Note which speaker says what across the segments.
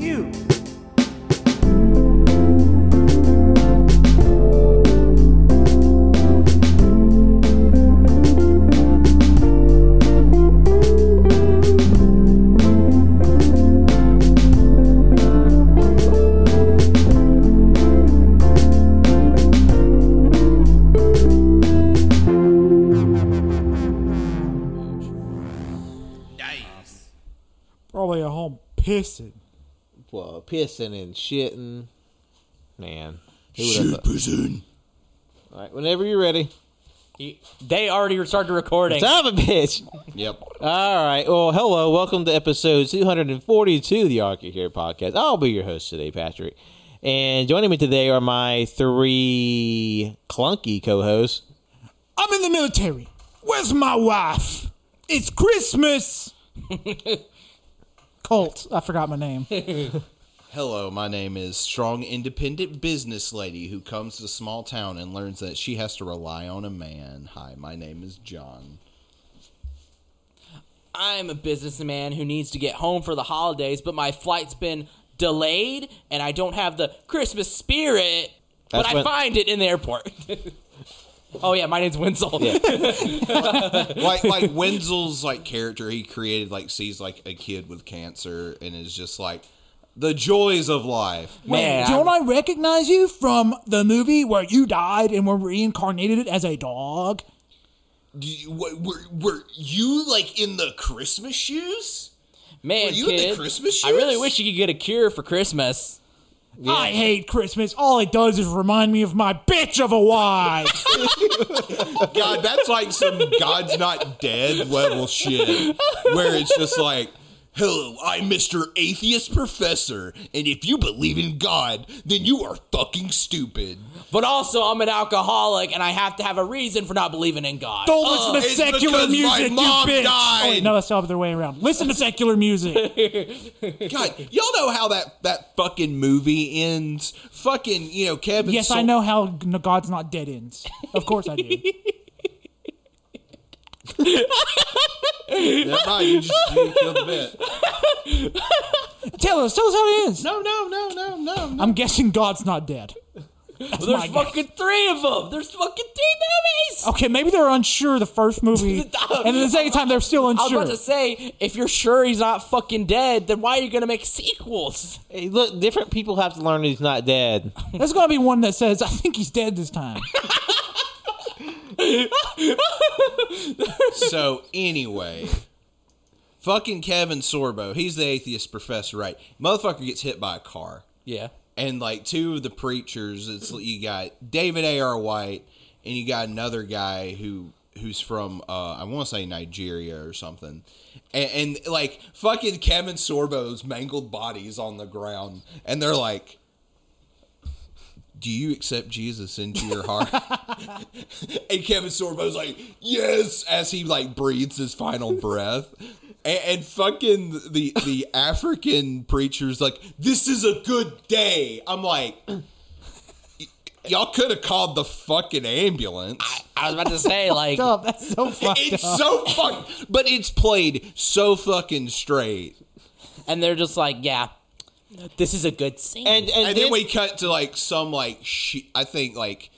Speaker 1: Ew.
Speaker 2: Nice.
Speaker 3: Probably at home pissing.
Speaker 4: Well, pissing and shitting. Man. Who would have thought? All right, whenever you're ready.
Speaker 5: They already started recording.
Speaker 4: Son of a bitch.
Speaker 2: Yep.
Speaker 4: All right. Well, hello. Welcome to episode 242 of the Arcade Here podcast. I'll be your host today, Patrick. And joining me today are my three clunky co hosts.
Speaker 3: I'm in the military. Where's my wife? It's Christmas. Colt, I forgot my name.
Speaker 2: Hello, my name is Strong Independent Business Lady who comes to a small town and learns that she has to rely on a man. Hi, my name is John.
Speaker 5: I'm a businessman who needs to get home for the holidays, but my flight's been delayed and I don't have the Christmas spirit, but
Speaker 4: That's
Speaker 5: I
Speaker 4: when-
Speaker 5: find it in the airport. oh, yeah, my name's Wenzel.
Speaker 6: like like Wenzel's like character he created like sees like a kid with cancer and is just like the joys of life.
Speaker 5: Man,
Speaker 3: Don't
Speaker 5: I-
Speaker 3: I recognize you from the movie where you died and were reincarnated as a dog?
Speaker 6: Do you- wa- Were, were you like in the Christmas shoes?
Speaker 5: man,
Speaker 6: Were you in the
Speaker 5: kid,
Speaker 6: Christmas
Speaker 5: I really
Speaker 6: shoes?
Speaker 5: wish you could get a cure for Christmas.
Speaker 3: I hate Christmas. All it does is remind me of my bitch of a wife.
Speaker 6: God, that's like some God's not dead level shit where it's just like Hello, I'm Mr. Atheist Professor, and if you believe in God, then you are fucking stupid.
Speaker 5: But also, I'm an alcoholic and I have to have a reason for not believing in God.
Speaker 3: Don't listen to
Speaker 6: Oh, it's
Speaker 3: secular
Speaker 6: because my
Speaker 3: music,
Speaker 6: mom
Speaker 3: you bitch.
Speaker 6: died.
Speaker 3: Oh, wait, no, that's the other way around. Listen to secular music.
Speaker 6: God, y'all know how that that fucking movie ends. Fucking, you know, Kevin.
Speaker 3: yes, I
Speaker 6: Sol-
Speaker 3: know how g- God's not dead ends. Of course I do.
Speaker 6: Never mind, you just you killed the bit.
Speaker 3: tell us, tell us how it is.
Speaker 6: No, no, no, no, no, no.
Speaker 3: I'm guessing God's not dead.
Speaker 5: There's
Speaker 3: my God. Oh,
Speaker 5: fucking three of them. There's fucking three movies.
Speaker 3: Okay, maybe they're unsure the first movie, and then the second time they're still
Speaker 5: I was
Speaker 3: unsure.
Speaker 5: about to say, if you're sure he's not fucking dead, then why are you gonna make sequels?
Speaker 4: Hey, look, different people have to learn he's not dead.
Speaker 3: There's gonna be one that says, "I think he's dead this time."
Speaker 6: So anyway, fucking Kevin Sorbo, he's the atheist professor, right? Motherfucker gets hit by a car,
Speaker 5: Yeah.
Speaker 6: and like two of the preachers. It's you got David A. R. White, and you got another guy who who's from uh, I want to say Nigeria or something. And, and like fucking Kevin Sorbo's mangled bodies on the ground, and they're like. do you accept Jesus into your heart? and Kevin Sorbo's like, yes, as he like breathes his final breath. And, and fucking the the African preacher's like, this is a good day. I'm like, y- y'all could have called the fucking ambulance.
Speaker 5: I was about to say, like,
Speaker 3: Stop, that's so funny.
Speaker 6: it's so fuck, but it's played so fucking straight.
Speaker 5: and they're just like, yeah, this is a good scene.
Speaker 4: And, and,
Speaker 6: and
Speaker 4: then,
Speaker 6: then we cut to like some like shi I think like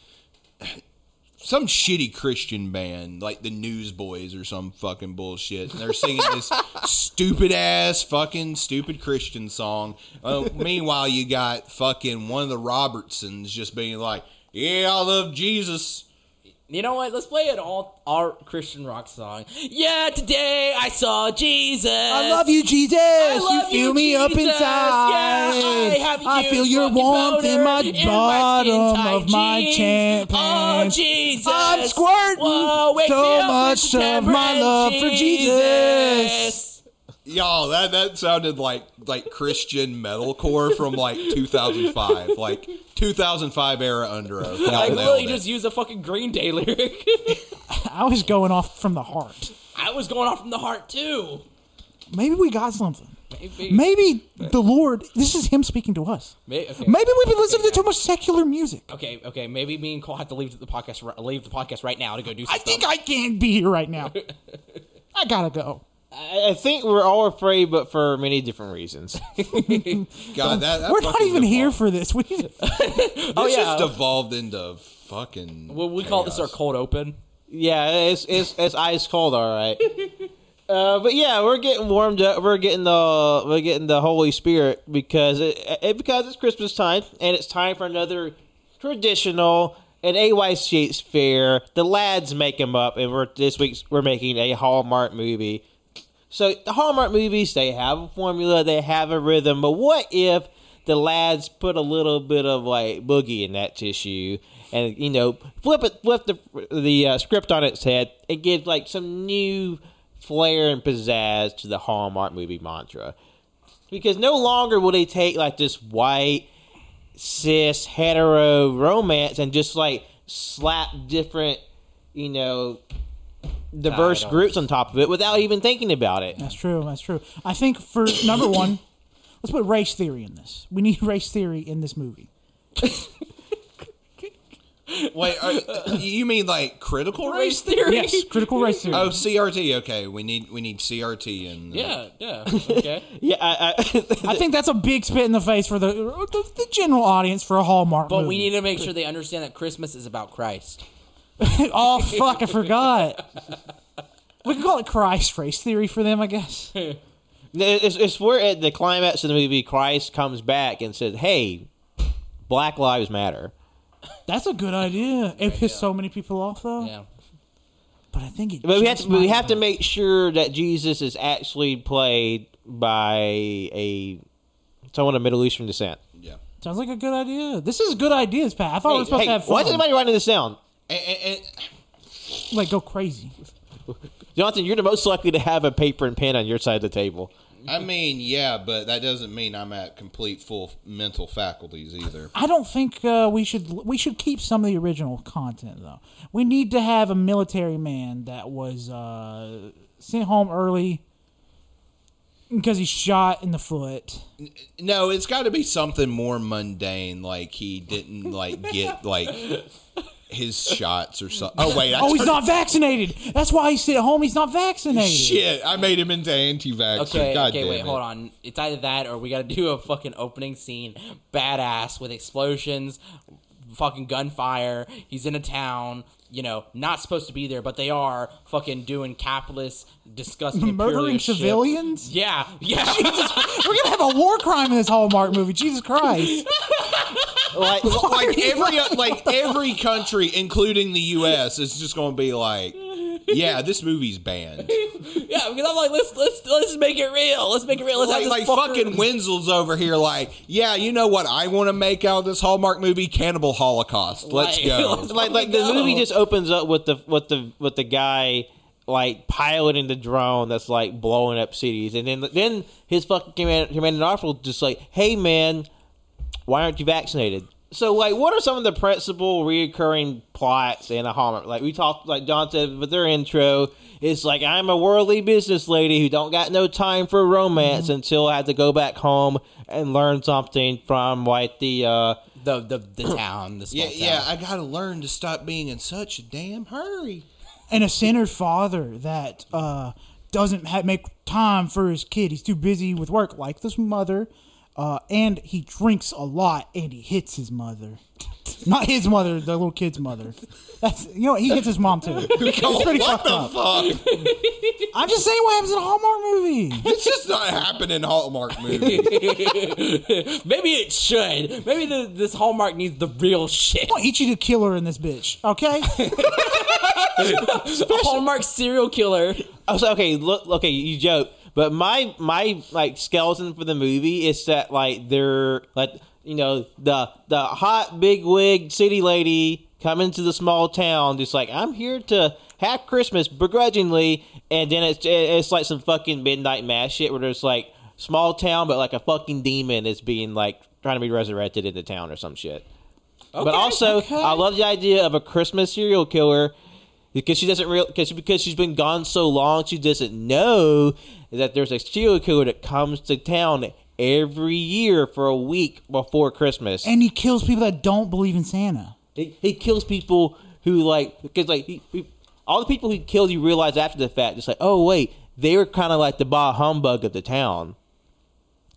Speaker 6: some shitty Christian band, like the Newsboys or some fucking bullshit, and they're singing this stupid ass fucking stupid Christian song. Uh, meanwhile, you got fucking one of the Robertsons just being like, "Yeah, I love Jesus."
Speaker 5: you know what? Let's play an all our Christian rock song. Yeah, today I saw Jesus.
Speaker 3: I love you, Jesus.
Speaker 5: I
Speaker 3: you
Speaker 5: love
Speaker 3: feel me up
Speaker 5: Jesus.
Speaker 3: inside.
Speaker 5: Yeah, I, have you
Speaker 3: feel your
Speaker 5: fucking
Speaker 3: warmth
Speaker 5: boner
Speaker 3: in my
Speaker 5: in
Speaker 3: bottom
Speaker 5: skin-tight
Speaker 3: of my
Speaker 5: jeans.
Speaker 3: champ
Speaker 5: Oh,
Speaker 3: pants.
Speaker 5: Jesus.
Speaker 3: I'm squirting
Speaker 5: Whoa, wake
Speaker 3: so
Speaker 5: me up with
Speaker 3: much
Speaker 5: the
Speaker 3: of my
Speaker 5: tambourine,
Speaker 3: love for Jesus.
Speaker 6: Yeah, y'all that that sounded like like Christian metalcore from like 2005, like 2005 era under oath. Y'all
Speaker 5: I really
Speaker 6: nailed it.
Speaker 5: just used a fucking Green Day lyric.
Speaker 3: I was going off from the heart.
Speaker 5: I was going off from the heart too.
Speaker 3: Maybe we got something.
Speaker 5: Maybe.
Speaker 3: Maybe the Lord, this is Him speaking to us.
Speaker 5: May- okay.
Speaker 3: Maybe we've been listening to too much secular music.
Speaker 5: Okay, okay. Maybe me and Cole have to leave the podcast. ri- Leave the podcast right now to go do. Some
Speaker 3: I think I can't be here right now. I gotta go.
Speaker 4: I, I think we're all afraid, but for many different reasons.
Speaker 6: God, that, that
Speaker 3: We're not
Speaker 6: fucking
Speaker 3: even here
Speaker 6: devolved-
Speaker 3: for this. We,
Speaker 5: oh
Speaker 6: This
Speaker 5: yeah.
Speaker 6: just devolved into fucking.
Speaker 5: Well, we call this our
Speaker 6: chaos.
Speaker 5: cold open.
Speaker 4: yeah, it's it's it's ice cold, all right. Uh, but yeah, we're getting warmed up. We're getting the we're getting the Holy Spirit because it, it because it's Christmas time and it's time for another traditional an AY States fair. The lads make them up, and we're this week's we're making a Hallmark movie. So the Hallmark movies they have a formula, they have a rhythm, but what if the lads put a little bit of like boogie in that tissue, and you know flip it, flip the the uh, script on its head, and give like some new flair and pizzazz to the Hallmark movie mantra, because no longer will they take like this white cis hetero romance and just like slap different you know diverse
Speaker 5: Titles.
Speaker 4: groups on top of it without even thinking about it
Speaker 3: that's true. That's true. I think for number one, let's put race theory in this. We need race theory in this movie.
Speaker 6: Wait, are, you mean like critical race?
Speaker 5: Race theory.
Speaker 3: Yes, critical race theory.
Speaker 4: Uh,
Speaker 6: Oh, CRT. Okay, we need we need CRT and
Speaker 5: Yeah. Yeah. Okay.
Speaker 4: yeah I, I,
Speaker 3: I think that's a big spit in the face for the the, the general audience for a Hallmark
Speaker 5: But
Speaker 3: movie.
Speaker 5: we need to make sure they understand that Christmas is about Christ.
Speaker 3: oh fuck, I forgot. We can call it Christ race theory for them, I guess.
Speaker 4: It's, it's where at the climax of the movie, Christ comes back and says, "Hey, Black Lives Matter."
Speaker 3: That's a good idea. It pissed so many people off though.
Speaker 5: Yeah.
Speaker 3: But I think it.
Speaker 4: But we have
Speaker 3: just
Speaker 4: to, we
Speaker 3: might
Speaker 4: have to make sure that Jesus is actually played by a someone of Middle Eastern descent.
Speaker 6: yeah.
Speaker 3: Sounds like a good idea. This is good ideas, Pat. I thought we Oh, were
Speaker 4: Hey,
Speaker 3: supposed
Speaker 4: hey,
Speaker 3: to have
Speaker 4: why
Speaker 3: fun.
Speaker 4: is anybody writing this down?
Speaker 6: And, and,
Speaker 3: Like go crazy.
Speaker 4: Jonathan, you're the most likely to have a paper and pen on your side of the table.
Speaker 6: and- I mean, yeah, but that doesn't mean I'm at complete full mental faculties either.
Speaker 3: I don't think uh, we should we should keep some of the original content though. We need to have a military man that was uh, sent home early because he shot in the foot.
Speaker 6: No, it's got to be something more mundane. Like he didn't like get like his shots or something. Oh wait, I
Speaker 3: Oh, he's
Speaker 6: turned-
Speaker 3: not vaccinated. That's why he's at home. He's not vaccinated.
Speaker 6: Shit, I made him into anti-vax.
Speaker 5: Okay.
Speaker 6: God
Speaker 5: okay.
Speaker 6: damn
Speaker 5: Wait.
Speaker 6: it.
Speaker 5: Hold on. It's either that or we got to do a fucking opening scene, badass with explosions, fucking gunfire. He's in a town. You know, not supposed to be there, but they are fucking doing capitalist, disgusting,
Speaker 3: Murdering
Speaker 5: imperialist shit.
Speaker 3: civilians?
Speaker 5: Yeah, yeah.
Speaker 3: We're gonna have a war crime in this Hallmark movie. Jesus Christ!
Speaker 4: Like,
Speaker 6: like every uh, like every country, including the U.S., is just going to be like, yeah, this movie's banned.
Speaker 5: Yeah, because I'm like, let's let's let's make it real. Let's make it real. Let's
Speaker 6: Like,
Speaker 5: have
Speaker 6: like
Speaker 5: this
Speaker 6: fucking Wenzel's over here, like, yeah, you know what? I want to make out of this Hallmark movie, Cannibal Holocaust. Let's
Speaker 5: Like-
Speaker 6: go.
Speaker 4: like like the
Speaker 5: Oh my
Speaker 4: movie
Speaker 5: God.
Speaker 4: just opens up with the with the with the guy like piloting the drone that's like blowing up cities, and then then his fucking command, commanding officer just like, hey man, why aren't you vaccinated? So like, what are some of the principal reoccurring plots in a Hallmark? Like we talked, like John said with their intro, it's like I'm a worldly business lady who don't got no time for romance until I had to go back home and learn something from like the uh,
Speaker 5: the the the town. The small
Speaker 6: yeah, yeah,
Speaker 5: town.
Speaker 6: I got to learn to stop being in such a damn hurry.
Speaker 3: And a sinner father that uh, doesn't ha- make time for his kid. He's too busy with work, like this mother. Uh, and he drinks a lot, and he hits his mother. Not his mother, the little kid's mother. That's you know what, he hits his mom too. It's pretty
Speaker 6: what
Speaker 3: fucked
Speaker 6: the
Speaker 3: up.
Speaker 6: fuck?
Speaker 3: I'm just saying what happens in a Hallmark movie.
Speaker 6: This is not happening in Hallmark movies.
Speaker 5: Maybe it should. Maybe the, this Hallmark needs the real shit.
Speaker 3: I'll eat you to killer in this bitch. Okay.
Speaker 5: A Hallmark serial killer.
Speaker 4: I was like, okay, look, okay, you joke, but my my like skeleton for the movie is that like they're like you know the the hot big wig city lady come into the small town, just like I'm here to have Christmas begrudgingly, and then it's it's like some fucking midnight mass shit where there's like small town, but like a fucking demon is being like trying to be resurrected into town or some shit. but also, I love the idea of a Christmas serial killer because she doesn't real because because she's been gone so long, she doesn't know that there's a serial killer that comes to town every year for a week before Christmas.
Speaker 3: And he kills people that don't believe in Santa.
Speaker 4: He, he kills people who like because like he, he, all the people he killed, you realize after the fact, it's like oh wait, they were kind of like the bah humbug of the town.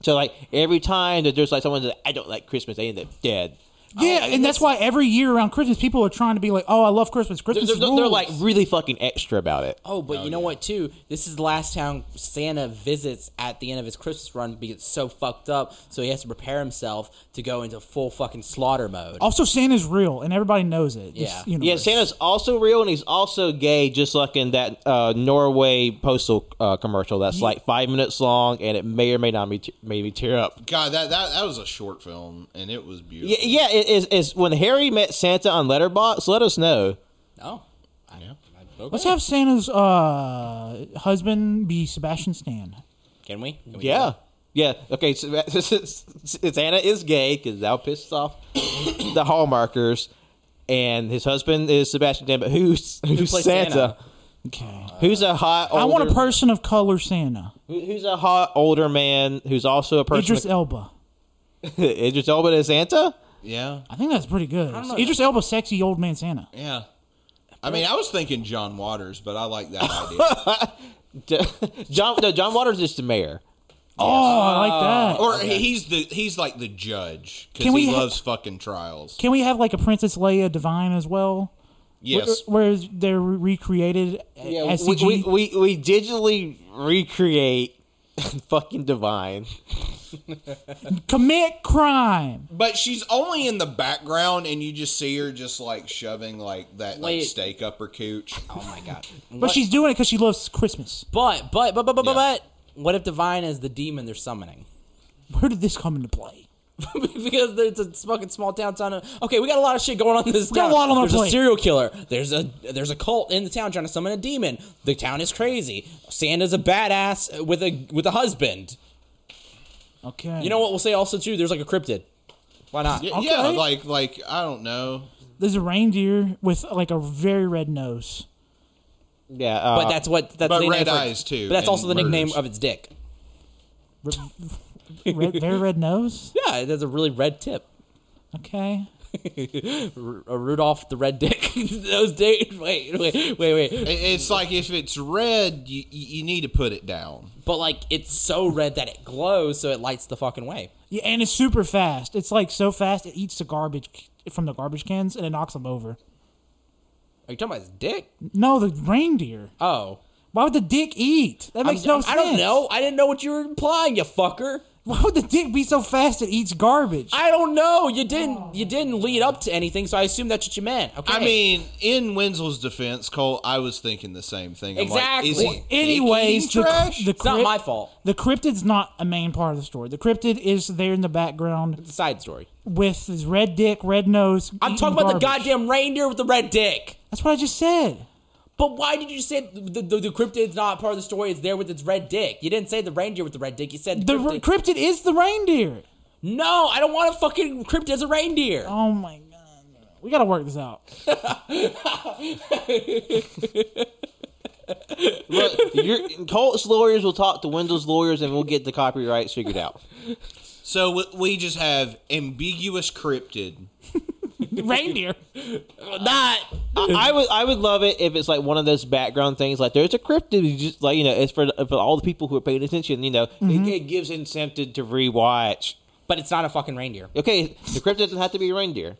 Speaker 4: So like every time that there's like someone that I don't like Christmas, they end up dead.
Speaker 3: Yeah, and Oh, that's why every year around Christmas, people are trying to be like, "Oh, I love Christmas.
Speaker 4: They're,
Speaker 3: Christmas
Speaker 4: they're,
Speaker 3: is
Speaker 4: they're,
Speaker 3: rules."
Speaker 4: like really fucking extra about it.
Speaker 5: Oh, but you know what? Too, this is the last town Santa visits at the end of his Christmas run because it's so fucked up. So he has to prepare himself to go into full fucking slaughter mode.
Speaker 3: Also, Santa's real, and everybody knows it. This
Speaker 5: Yeah.
Speaker 4: Yeah,
Speaker 3: universe.
Speaker 4: Santa's also real and he's also gay, just like in that uh, Norway postal uh, commercial that's like five minutes long and it may or may not be t- maybe tear up.
Speaker 6: God, that, that that was a short film, and it was
Speaker 4: Yeah,
Speaker 6: beautiful.
Speaker 4: yeah it is, is when Harry met Santa on Letterbox. Let us know.
Speaker 5: Oh,
Speaker 6: Yeah.
Speaker 3: Let's have Santa's uh, husband be Sebastian Stan.
Speaker 5: can we? Can we do
Speaker 4: Yeah,
Speaker 5: that?
Speaker 4: yeah. Okay, so that- Santa is gay because that pisses off the hallmarkers, and his husband is Sebastian Stan. But who's who's
Speaker 5: plays
Speaker 4: Santa?
Speaker 5: Santa?
Speaker 3: Okay.
Speaker 4: Who's a hot? Older,
Speaker 3: I want a person of color Santa.
Speaker 4: who- Who's a hot older man who's also a person?
Speaker 3: Idris Elba.
Speaker 4: Idris Elba is Santa.
Speaker 6: Yeah.
Speaker 3: I think that's pretty good.
Speaker 5: know
Speaker 3: Idris Elba, sexy old man Santa.
Speaker 6: Yeah. I mean, I was thinking John Waters, but I like that idea.
Speaker 4: John no, John Waters is the mayor.
Speaker 3: Oh, I like that.
Speaker 6: Or he's the he's like the judge because
Speaker 3: Can we
Speaker 6: he
Speaker 3: ha-
Speaker 6: loves fucking trials.
Speaker 3: Can we have like a Princess Leia Divine as well? Uh,
Speaker 6: Yes.
Speaker 3: Where, where they're recreated as
Speaker 4: we,
Speaker 3: CG.
Speaker 4: we, we we digitally recreate fucking divine.
Speaker 3: Commit crime.
Speaker 6: But she's only in the background, and you just see her just like shoving like that like
Speaker 5: Wait.
Speaker 6: steak up her cooch.
Speaker 5: Oh my god.
Speaker 3: But she's doing it because she loves Christmas.
Speaker 5: But but but but but, but,
Speaker 6: Yeah.
Speaker 5: but what if Divine is the demon they're summoning?
Speaker 3: Where did this come into play?
Speaker 5: because it's a fucking small town town. Okay, we got a lot of shit going on in this
Speaker 3: got
Speaker 5: town.
Speaker 3: a lot on our
Speaker 5: there's a
Speaker 3: plate.
Speaker 5: serial killer. There's a there's a cult in the town trying to summon a demon. The town is crazy. Santa's a badass with a with a husband.
Speaker 3: Okay.
Speaker 5: You know what we'll say also too? There's like a cryptid. Why not?
Speaker 6: Y- Yeah, like like I don't know.
Speaker 3: There's a reindeer with like a very red nose.
Speaker 4: Yeah, uh,
Speaker 5: But that's what that's
Speaker 6: but
Speaker 5: the name
Speaker 6: red
Speaker 5: for-
Speaker 6: eyes, too,
Speaker 5: But that's
Speaker 6: and
Speaker 5: also the nickname
Speaker 6: murders.
Speaker 5: of its dick.
Speaker 3: Red, very red nose?
Speaker 5: Yeah, it has a really red tip.
Speaker 3: Okay.
Speaker 5: R- a Rudolph the Red Dick. Those days. Wait, wait, wait, wait.
Speaker 6: It- It's like if it's red, you you you need to put it down.
Speaker 5: But like, it's so red that it glows, so it lights the fucking way.
Speaker 3: Yeah, and it's super fast. It's like so fast it eats the garbage from the garbage cans and it knocks them over.
Speaker 5: Are you talking about his dick?
Speaker 3: No, the reindeer.
Speaker 5: Oh.
Speaker 3: Why would the dick eat? That
Speaker 5: I'm-
Speaker 3: makes no
Speaker 5: I'm-
Speaker 3: sense.
Speaker 5: I don't know. I didn't know what you were implying, you fucker.
Speaker 3: Why would the dick be so fast it eats garbage?
Speaker 5: I don't know. You
Speaker 3: Oh.
Speaker 5: didn't. You didn't lead up to anything, so I assume that's what you meant. Okay.
Speaker 6: I mean, in Winslow's defense, Cole, I was thinking the same thing. I'm like, is
Speaker 5: Exactly.
Speaker 6: he
Speaker 3: Anyways,
Speaker 6: taking
Speaker 3: the,
Speaker 6: trash?
Speaker 3: the
Speaker 5: it's not
Speaker 3: crypt-
Speaker 5: my fault.
Speaker 3: The cryptid's not a main part of the story. The cryptid is there in the background
Speaker 5: It's a side story.
Speaker 3: with his red dick, red nose.
Speaker 5: I'm
Speaker 3: eating
Speaker 5: talking about the
Speaker 3: garbage.
Speaker 5: goddamn reindeer with the red dick.
Speaker 3: That's what I just said.
Speaker 5: But why did you say the, the, the cryptid's not part of the story? It's there with its red dick. You didn't say the reindeer with the red dick. You said
Speaker 3: The
Speaker 5: cryptid.
Speaker 3: re- cryptid is the reindeer.
Speaker 5: no, I don't want a fucking cryptid as a reindeer.
Speaker 3: Oh my god. We gotta work this out.
Speaker 4: look, your Colt's lawyers will talk to Wendell's lawyers, and we'll get the copyrights figured out.
Speaker 6: So we- we just have ambiguous cryptid.
Speaker 3: reindeer.
Speaker 5: Not.
Speaker 4: I, I would, I would love it if it's like one of those background things. Like there's a cryptid, you just like you know, it's for, for all the people who are paying attention. You know, it, it gives incentive to rewatch.
Speaker 5: But it's not a fucking reindeer.
Speaker 4: Okay, the cryptid doesn't have to be a reindeer.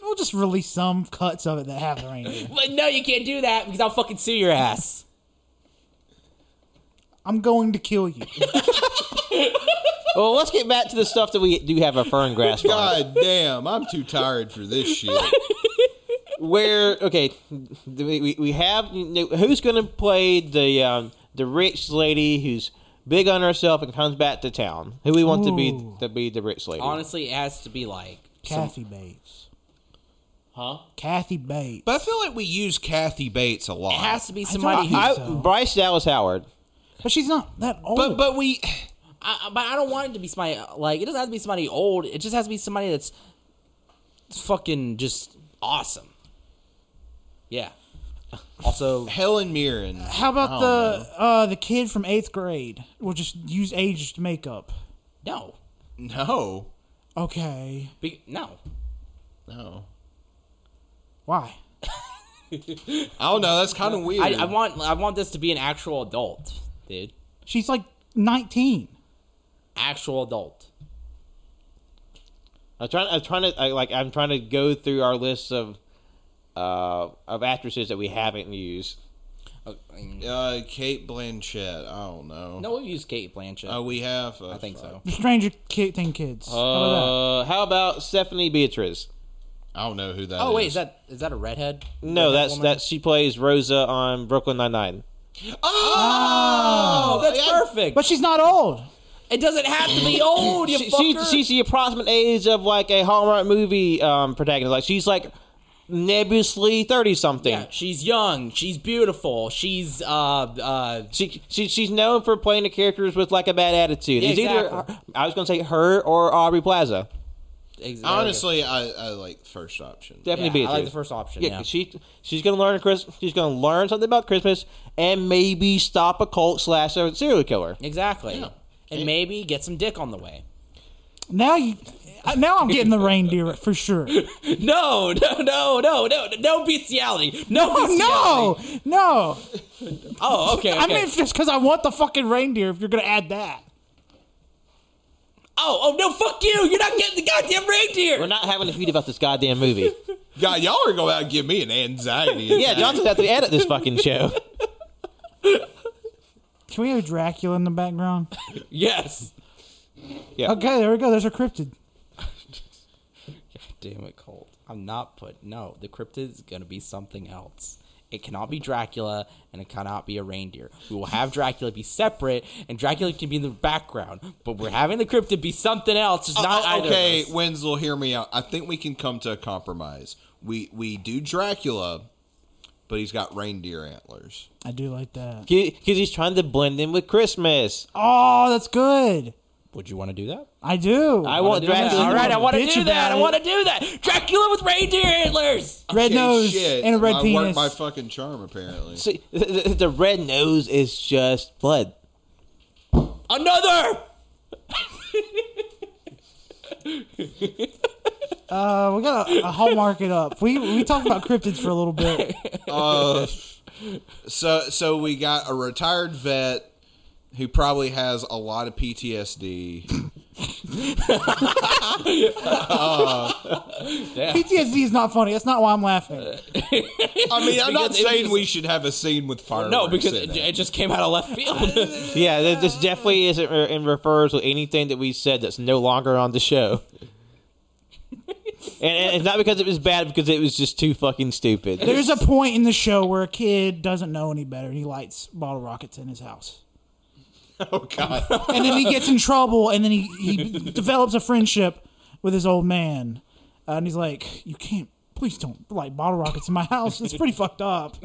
Speaker 3: We'll just release some cuts of it that have the reindeer.
Speaker 5: But no, you can't do that because I'll fucking sue your ass.
Speaker 3: I'm going to kill you.
Speaker 4: Well, let's get back to the stuff that we do have a firm grasp on.
Speaker 6: God damn, I'm too tired for this shit.
Speaker 4: where okay we, we- we have you know, who's going to play the um, the rich lady who's big on herself and comes back to town who we want to be
Speaker 3: Ooh.
Speaker 4: to be the rich lady
Speaker 5: Honestly, it has to be like
Speaker 3: Kathy Bates.
Speaker 5: Huh?
Speaker 3: Kathy Bates.
Speaker 6: But I feel like we use Kathy Bates a lot.
Speaker 5: It has to be
Speaker 3: don't
Speaker 5: somebody who.
Speaker 3: think
Speaker 4: I,
Speaker 3: so.
Speaker 4: Bryce Dallas Howard.
Speaker 3: But she's not that old.
Speaker 6: but but we
Speaker 5: I, but I don't want it to be somebody like it doesn't have to be somebody old. It just has to be somebody that's fucking just awesome. Yeah. Also,
Speaker 6: Helen Mirren.
Speaker 3: How about the uh, the kid from eighth grade? We'll just use aged makeup.
Speaker 5: no,
Speaker 6: No.
Speaker 3: Okay,
Speaker 5: be, no.
Speaker 6: No.
Speaker 3: why?
Speaker 6: I don't know, that's kinda weird.
Speaker 5: I, I want I want this to be an actual adult, dude.
Speaker 3: She's like nineteen.
Speaker 5: Actual adult.
Speaker 4: I'm trying. I'm trying to I, like. I'm trying to go through our list of uh, of actresses that we haven't used.
Speaker 5: Uh, I mean,
Speaker 6: uh Kate Blanchett, I don't know.
Speaker 5: No, we've used Kate Blanchett.
Speaker 4: Oh,
Speaker 6: Uh, we have uh,
Speaker 5: I think so.
Speaker 3: The Stranger Ki- Thing kids. How about
Speaker 4: Uh, how about Stephanie Beatriz?
Speaker 6: I don't know who that
Speaker 5: Oh wait,
Speaker 6: is.
Speaker 5: is that is that a redhead?
Speaker 4: No,
Speaker 5: Redhead
Speaker 4: that's
Speaker 5: woman?
Speaker 4: that. She plays Rosa on Brooklyn Nine Nine.
Speaker 5: Oh, that's
Speaker 6: yeah.
Speaker 3: that?
Speaker 5: perfect.
Speaker 3: But she's not old.
Speaker 5: it doesn't have to be old, you
Speaker 4: She, she,
Speaker 5: fucker.
Speaker 4: she's the approximate age of like a Hallmark movie um, protagonist. Like she's like nebulously thirty something.
Speaker 5: yeah, she's young. She's beautiful. She's uh uh
Speaker 4: She, she she's known for playing the characters with like a bad attitude.
Speaker 5: Yeah,
Speaker 4: it's
Speaker 5: exactly.
Speaker 4: either I was gonna say her or Aubrey Plaza.
Speaker 5: exactly.
Speaker 6: Honestly, I, I like first option.
Speaker 5: Yeah,
Speaker 4: Definitely
Speaker 5: I like the
Speaker 4: Beatriz.
Speaker 5: first option.
Speaker 4: Yeah,
Speaker 5: Yeah,
Speaker 4: she she's gonna learn Chris. She's gonna learn something about Christmas and maybe stop a cult slash a serial killer.
Speaker 5: exactly. And maybe get some dick on the way.
Speaker 3: Now you. I- Now I'm getting the reindeer for sure.
Speaker 5: No, no, no, no, no, no bestiality. No,
Speaker 3: Oh no, no!
Speaker 5: no. Oh, okay. okay.
Speaker 3: I mean, it's just because I want the fucking reindeer. If you're gonna add that,
Speaker 5: oh, oh no, fuck you. You're not getting the goddamn reindeer.
Speaker 4: We're not having a feed about this goddamn movie.
Speaker 6: God, y'all are going out and give me an anxiety.
Speaker 4: yeah, Johnson's have to edit this fucking show.
Speaker 3: can we have Dracula in the background?
Speaker 5: yes.
Speaker 3: Okay, there we go. There's a cryptid.
Speaker 5: Damn it, Colt. I'm not put. No, the cryptid is going to be something else. It cannot be Dracula and it cannot be a reindeer. We will have Dracula be separate and Dracula can be in the background, but we're having the cryptid be something else. It's not
Speaker 6: Uh,
Speaker 5: either.
Speaker 6: okay,
Speaker 5: of us.
Speaker 6: Winslow, hear me out. I think we can come to a compromise. We we do Dracula, but he's got reindeer antlers.
Speaker 3: I do like that.
Speaker 4: Because he's trying to blend in with Christmas.
Speaker 3: Oh, that's good.
Speaker 5: Would you want to do that?
Speaker 3: I do.
Speaker 4: I want
Speaker 5: Do that.
Speaker 4: Dracula.
Speaker 5: All right, I want to
Speaker 3: Bitch
Speaker 5: do that.
Speaker 3: about
Speaker 5: I
Speaker 3: it.
Speaker 5: want to do that. Dracula with reindeer antlers.
Speaker 3: red
Speaker 6: Okay,
Speaker 3: nose
Speaker 6: shit.
Speaker 3: and a red
Speaker 6: I
Speaker 3: penis.
Speaker 6: worked my fucking charm apparently.
Speaker 4: See, the, the- the red nose is just blood.
Speaker 5: Another.
Speaker 3: Uh, we gotta uh, hallmark it up. We we talked about cryptids for a little bit.
Speaker 6: So so we got a retired vet who probably has a lot of PTSD.
Speaker 3: PTSD is not funny. That's not why I'm laughing.
Speaker 6: I mean, I'm not
Speaker 5: Because it was
Speaker 6: saying
Speaker 5: just-
Speaker 6: we should have a scene with fireworks.
Speaker 5: No, Oh, because
Speaker 6: in
Speaker 5: it,
Speaker 6: it.
Speaker 5: it just came out of left field.
Speaker 4: Yeah, th- this
Speaker 6: Oh.
Speaker 4: definitely isn't re- in refers to anything that we said that's no longer on the show. and, and it's not because it was bad, because it was just too fucking stupid.
Speaker 3: There's a point in the show where a kid doesn't know any better and he lights bottle rockets in his house.
Speaker 6: oh god,
Speaker 3: And then he gets in trouble and then he, he develops a friendship with his old man. Uh, and he's like, You can't, please don't light bottle rockets in my house. It's pretty fucked up.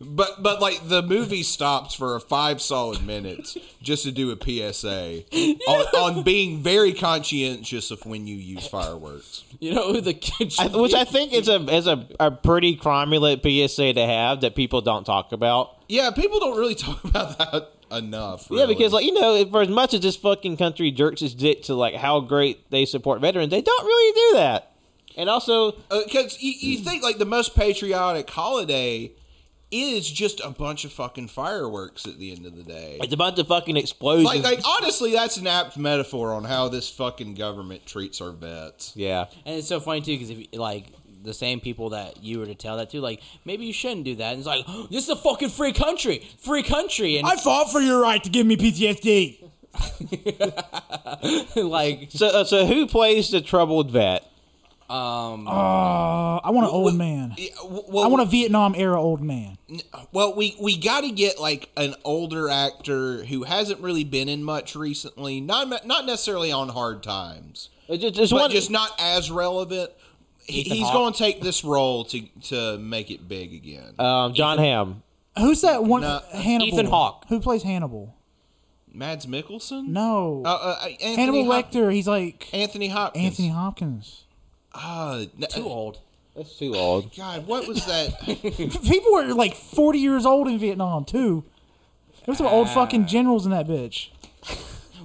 Speaker 6: but but like the movie stops for five solid minutes just to do a PSA on, on being very conscientious of when you use fireworks.
Speaker 5: you know who the kid
Speaker 4: I,
Speaker 5: should
Speaker 4: which
Speaker 5: be?
Speaker 4: I think is a is a, a pretty crime-related PSA to have that people don't talk about.
Speaker 6: Yeah, people don't really talk about that enough.
Speaker 4: Yeah,
Speaker 6: really.
Speaker 4: because like you know, for as much as this fucking country jerks its dick to like how great they support veterans, they don't really do that. And also,
Speaker 6: because you, Uh, you think like the most patriotic holiday is just a bunch of fucking fireworks at the end of the day.
Speaker 4: it's about the fucking explosions.
Speaker 6: Like, like honestly, that's an apt metaphor on how this fucking government treats our vets.
Speaker 4: yeah,
Speaker 5: And it's so funny too because if like the same people that you were to tell that to, like maybe you shouldn't do that. And it's like this is a fucking free country, free country, and
Speaker 3: I fought for your right to give me PTSD.
Speaker 5: like
Speaker 4: So, uh, so who plays the troubled vet?
Speaker 3: Uh, I want an old man.
Speaker 6: Yeah, w- well,
Speaker 3: I want a Vietnam era old man.
Speaker 6: well, we we got to get like an older actor who hasn't really been in much recently. Not not necessarily on hard times,
Speaker 4: Uh, ju- Just,
Speaker 6: but
Speaker 4: one,
Speaker 6: just not as relevant. he-
Speaker 5: Ethan
Speaker 6: he's
Speaker 5: Hawke.
Speaker 6: going to take this role to to make it big again.
Speaker 4: Um, John Hamm.
Speaker 3: Who's that one?
Speaker 6: No.
Speaker 3: Hannibal.
Speaker 5: Ethan Hawke.
Speaker 3: Who plays Hannibal?
Speaker 6: Mads Mikkelsen?
Speaker 3: No.
Speaker 6: Uh, uh, Anthony
Speaker 3: Hannibal
Speaker 6: Hop-
Speaker 3: Lecter. He's like
Speaker 6: Anthony Hopkins.
Speaker 3: Anthony Hopkins.
Speaker 6: Uh, n-
Speaker 5: Too old.
Speaker 4: That's too old.
Speaker 6: God, what was that?
Speaker 3: People were like 40 years old in Vietnam too. There's some
Speaker 5: Ah.
Speaker 3: old fucking generals in that bitch.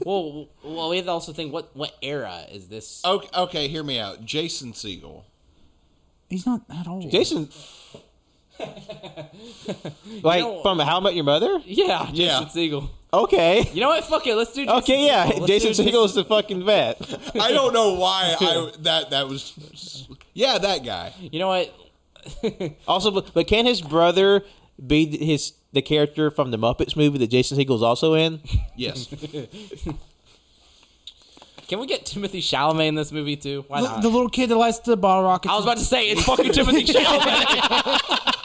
Speaker 5: Well, well, we have to also think what what era is this?
Speaker 6: okay, okay, hear me out. Jason Siegel.
Speaker 3: He's not that old.
Speaker 4: Jason. like
Speaker 5: know-
Speaker 4: from How About Your Mother?
Speaker 5: Yeah, Jason
Speaker 6: Yeah.
Speaker 5: Siegel.
Speaker 4: Okay.
Speaker 5: You know what? Fuck it. Let's do. Jason
Speaker 4: Okay, yeah.
Speaker 5: Segel. Let's
Speaker 4: Jason
Speaker 5: do
Speaker 4: Segel is the fucking vet.
Speaker 6: I don't know why I that that was. Yeah, that guy.
Speaker 5: You know what?
Speaker 4: Also, but, but can his brother be th- his the character from the Muppets movie that Jason Segel is also in?
Speaker 6: Yes.
Speaker 5: Can we get Timothy Chalamet in this movie too? Why
Speaker 3: The,
Speaker 5: not?
Speaker 3: the little kid that likes the bottle rocket.
Speaker 5: I was about to say it's fucking Timothy Chalamet.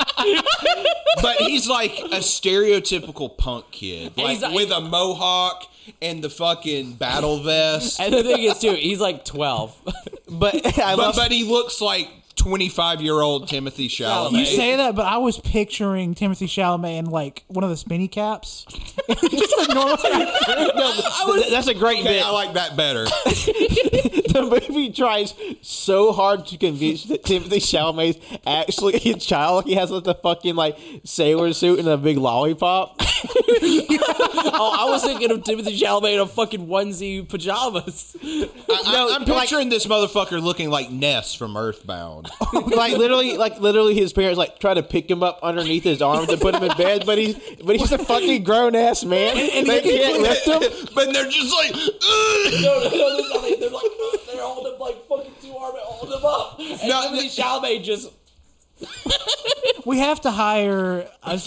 Speaker 6: but he's like a stereotypical punk kid, like
Speaker 5: he's like-
Speaker 6: with a mohawk and the fucking battle vest.
Speaker 5: and the thing is too, he's like twelve.
Speaker 4: But I
Speaker 6: But,
Speaker 4: love.
Speaker 6: but he looks like twenty five year old Timothy Chalamet.
Speaker 3: You say that, but I was picturing Timothy Chalamet in like one of the spinny caps. Just a normal.
Speaker 4: no, th- that's a great
Speaker 6: okay,
Speaker 4: bit.
Speaker 6: I like that better.
Speaker 4: the movie tries so hard to convince that Timothy Chalamet's actually a child. He has like the fucking like sailor suit and a big lollipop.
Speaker 5: oh, I was thinking of Timothy Chalamet in a fucking onesie pajamas.
Speaker 6: I,
Speaker 4: No,
Speaker 6: am
Speaker 4: like-
Speaker 6: picturing this motherfucker looking like Ness from Earthbound.
Speaker 4: like literally, like literally, his parents like try to pick him up underneath his arms and put him in bed, but he's but he's a fucking grown ass man. they can't lift him.
Speaker 6: but they're just like, "Ugh."
Speaker 5: no, no, no, that's not it. They're like they're holding like fucking two arm, holding him up, and
Speaker 6: No,
Speaker 5: Timothy Chalamet just.
Speaker 3: We have to hire. A,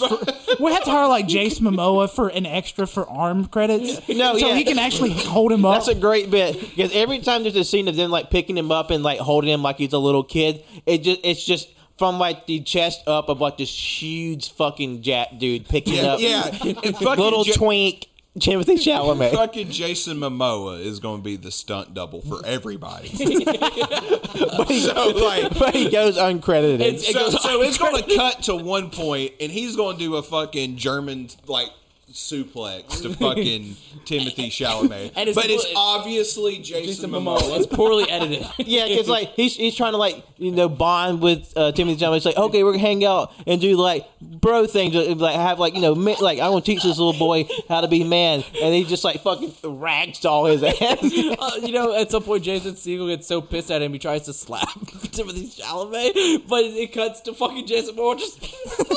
Speaker 3: we have to hire like Jace Momoa for an extra for arm credits.
Speaker 4: No,
Speaker 3: so
Speaker 4: yeah.
Speaker 3: he can actually hold him up.
Speaker 4: That's a great bit because every time there's a scene of them like picking him up and like holding him like he's a little kid, it just it's just from like the chest up of like this huge fucking jack dude picking
Speaker 6: yeah,
Speaker 4: up
Speaker 6: yeah. And fucking
Speaker 4: little
Speaker 6: Ja-
Speaker 4: twink Timothy Chalamet.
Speaker 6: Fucking Jason Momoa is going to be the stunt double for everybody.
Speaker 4: but, he,
Speaker 6: so like,
Speaker 4: but he goes uncredited.
Speaker 5: It's-
Speaker 6: so,
Speaker 5: goes
Speaker 6: so it's going to cut to one point, and he's going to do a fucking German like suplex to fucking Timothy Chalamet,
Speaker 5: And it's-
Speaker 6: but it's obviously Jason, Momoa.
Speaker 5: It's poorly edited.
Speaker 4: yeah, because like he's, he's trying to like you know bond with uh, Timothy Chalamet. It's like okay, we're gonna hang out and do like bro things, uh, like have like you know ma- like I'm gonna teach this little boy how to be a man, and he just like fucking ragdoll his ass.
Speaker 5: Uh, you know, at some point, Jason Siegel gets so pissed at him, he tries to slap Timothy Chalamet, but it cuts to fucking Jason Moore just.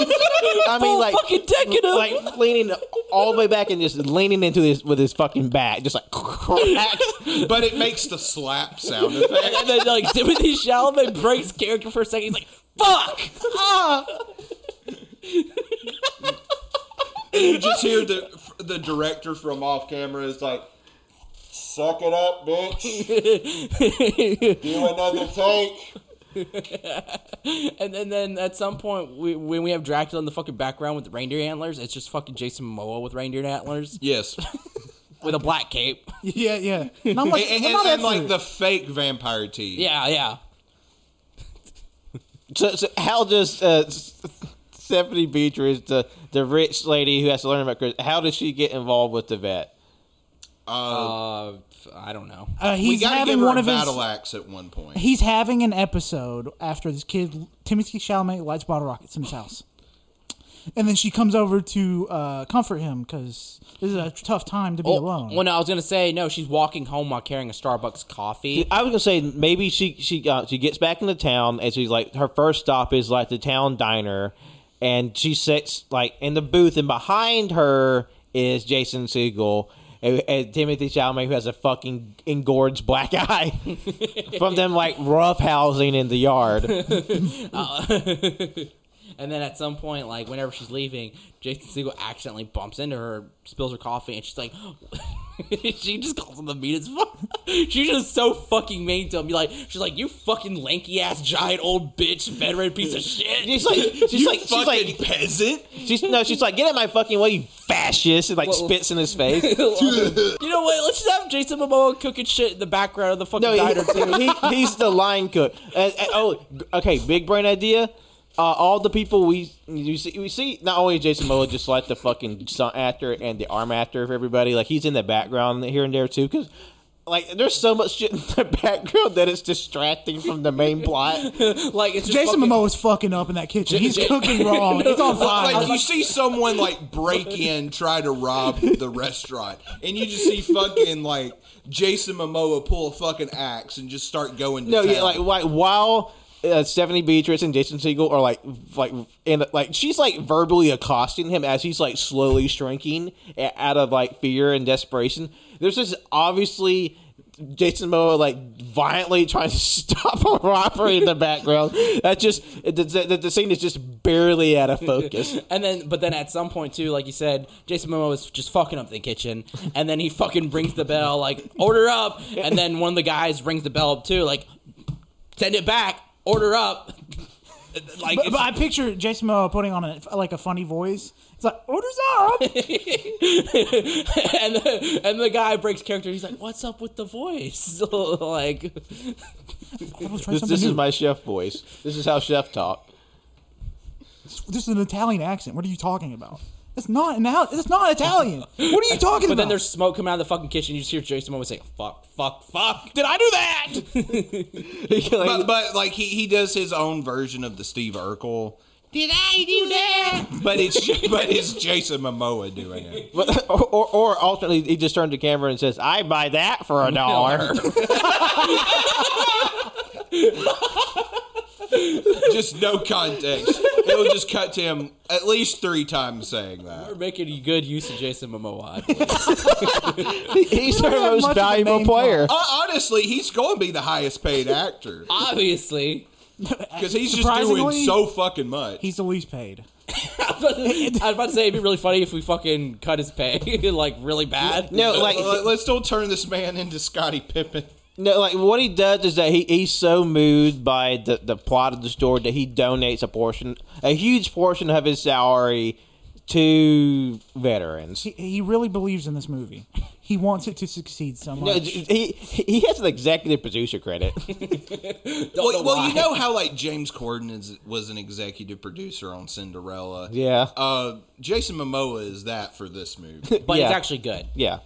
Speaker 5: I
Speaker 4: mean, like-
Speaker 5: fucking decking him.
Speaker 4: like leaning all the way back and just leaning into this with his fucking back, just like cracks.
Speaker 6: but it makes the slap sound
Speaker 5: and
Speaker 6: effect.
Speaker 5: then like Timothy Chalamet breaks character for a second. He's like, "Fuck!"
Speaker 6: you just hear the the director from off camera is like, "Suck it up, bitch. Do another take."
Speaker 5: And, and then at some point, we, when we have Dracula in the fucking background with reindeer antlers, it's just fucking Jason Momoa with reindeer antlers
Speaker 6: Yes,
Speaker 5: with a black cape.
Speaker 3: yeah, yeah. And I'm like,
Speaker 6: and,
Speaker 3: "Well, not
Speaker 6: and
Speaker 3: that
Speaker 6: like the fake vampire teeth.
Speaker 5: Yeah, yeah.
Speaker 4: So, so how does uh, S- Stephanie Beatrice, the the rich lady who has to learn about Chris, how does she get involved with the vet?
Speaker 5: Uh, f- I don't know.
Speaker 3: Uh,
Speaker 6: we
Speaker 3: he's
Speaker 6: got to
Speaker 3: having
Speaker 6: give her
Speaker 3: one
Speaker 6: a
Speaker 3: of his.
Speaker 6: battle axe at one point.
Speaker 3: He's having an episode after this kid Timothy Chalamet lights bottle rockets in his house, and then she comes over to uh, comfort him because this is a tough time to be
Speaker 5: Oh,
Speaker 3: alone.
Speaker 5: Well, no, I was gonna say no. She's walking home while carrying a Starbucks coffee.
Speaker 4: I was gonna say maybe she she uh, she gets back into town and she's like her first stop is like the town diner, and she sits like in the booth and behind her is Jason Segel and, and Timothy Chalamet who has a fucking engorged black eye from them like rough housing in the yard.
Speaker 5: And then at some point, like whenever she's leaving, Jason Segel accidentally bumps into her, spills her coffee, and she's like, she just calls him the meanest fuck. She's just so fucking mean to him. Be like, she's like, you fucking lanky ass giant old bitch, veteran piece of shit.
Speaker 4: She's like she's like she's like
Speaker 6: Fucking peasant.
Speaker 4: she's no she's like get in my fucking way you fat fascist, and like
Speaker 5: Well-
Speaker 4: spits in his face.
Speaker 5: you know what? Let's just have Jason Momoa cooking shit in the background of the fucking
Speaker 4: No,
Speaker 5: diner
Speaker 4: he,
Speaker 5: too.
Speaker 4: he- he's the line cook. Uh, uh, oh, g- okay, big brain idea. Uh, all the people we you see, we see not only Jason Momoa, just like the fucking stunt actor and the arm actor of everybody. Like he's in the background here and there too, because. Like there's so much shit in the background that it's distracting from the main plot.
Speaker 5: Like it's just
Speaker 3: Jason
Speaker 5: fucking,
Speaker 3: Momoa's fucking up in that kitchen. He's
Speaker 5: J-
Speaker 3: cooking wrong. It's on fire.
Speaker 6: Like you see someone like break in, try to rob the restaurant, and you just see fucking like Jason Momoa pull a fucking axe and just start going. To
Speaker 4: No, yeah,
Speaker 6: town.
Speaker 4: like like while uh, Stephanie Beatrice and Jason Segel are like like and like she's like verbally accosting him as he's like slowly shrinking a- out of like fear and desperation. There's this obviously. Jason Momoa like violently trying to stop a robbery in the background. That just the, the, the scene is just barely out of focus.
Speaker 5: And then, but then at some point too, like you said, Jason Momoa is just fucking up the kitchen, and then he fucking rings the bell, like order up, and then one of the guys rings the bell up too, like send it back, order up. Like,
Speaker 3: But, but I picture Jason Momoa putting on a, like a funny voice. It's like "Oh, orders up.
Speaker 5: and the, and the guy breaks character. He's like, "What's up with the voice?" like,
Speaker 3: Let's try
Speaker 4: This,
Speaker 3: something
Speaker 4: this is
Speaker 3: new.
Speaker 4: my chef voice. This is how chef talk.
Speaker 3: this is an Italian accent. What are you talking about? It's not an out. It's not Italian. What are you talking
Speaker 5: but
Speaker 3: about?
Speaker 5: then there's smoke coming out of the fucking kitchen. You just hear Jason Momoa say, "Fuck, fuck, fuck! Did I do that?"
Speaker 4: Like,
Speaker 6: but, but like he, he does his own version of the Steve Urkel. Did I do that? But it's but it's Jason Momoa doing it.
Speaker 4: But, or, or, or alternately, he just turns to camera and says, "I buy that for a dollar."
Speaker 6: Just no context. It'll just cut to him at least three times saying
Speaker 5: We're
Speaker 6: that.
Speaker 5: making good use of Jason Momoa. I believe.
Speaker 4: He's our
Speaker 3: don't have
Speaker 4: most
Speaker 3: much of a
Speaker 4: valuable
Speaker 3: main
Speaker 4: player.
Speaker 6: Hon- Honestly, he's going to be the highest paid actor
Speaker 5: Obviously,
Speaker 6: because he's just
Speaker 3: Surprisingly,
Speaker 6: doing so fucking much.
Speaker 3: He's the least paid.
Speaker 5: I was about to say it'd be really funny if we fucking cut his pay like really bad.
Speaker 4: No,
Speaker 6: Like,
Speaker 4: like
Speaker 6: Uh, let's don't turn this man into Scottie Pippen.
Speaker 4: no, like what he does is that he, he's so moved by the, the plot of the story that he donates a portion, a huge portion of his salary to veterans.
Speaker 3: He, he really believes in this movie. He wants it to succeed so much.
Speaker 4: No, he he has an executive producer credit.
Speaker 5: Don't
Speaker 6: Well,
Speaker 5: know
Speaker 6: well, you
Speaker 5: why.
Speaker 6: know how like James Corden is, was an executive producer on Cinderella.
Speaker 4: Yeah,
Speaker 6: Uh, Jason Momoa is that for this movie.
Speaker 5: but it's
Speaker 4: yeah.
Speaker 5: actually good.
Speaker 4: yeah.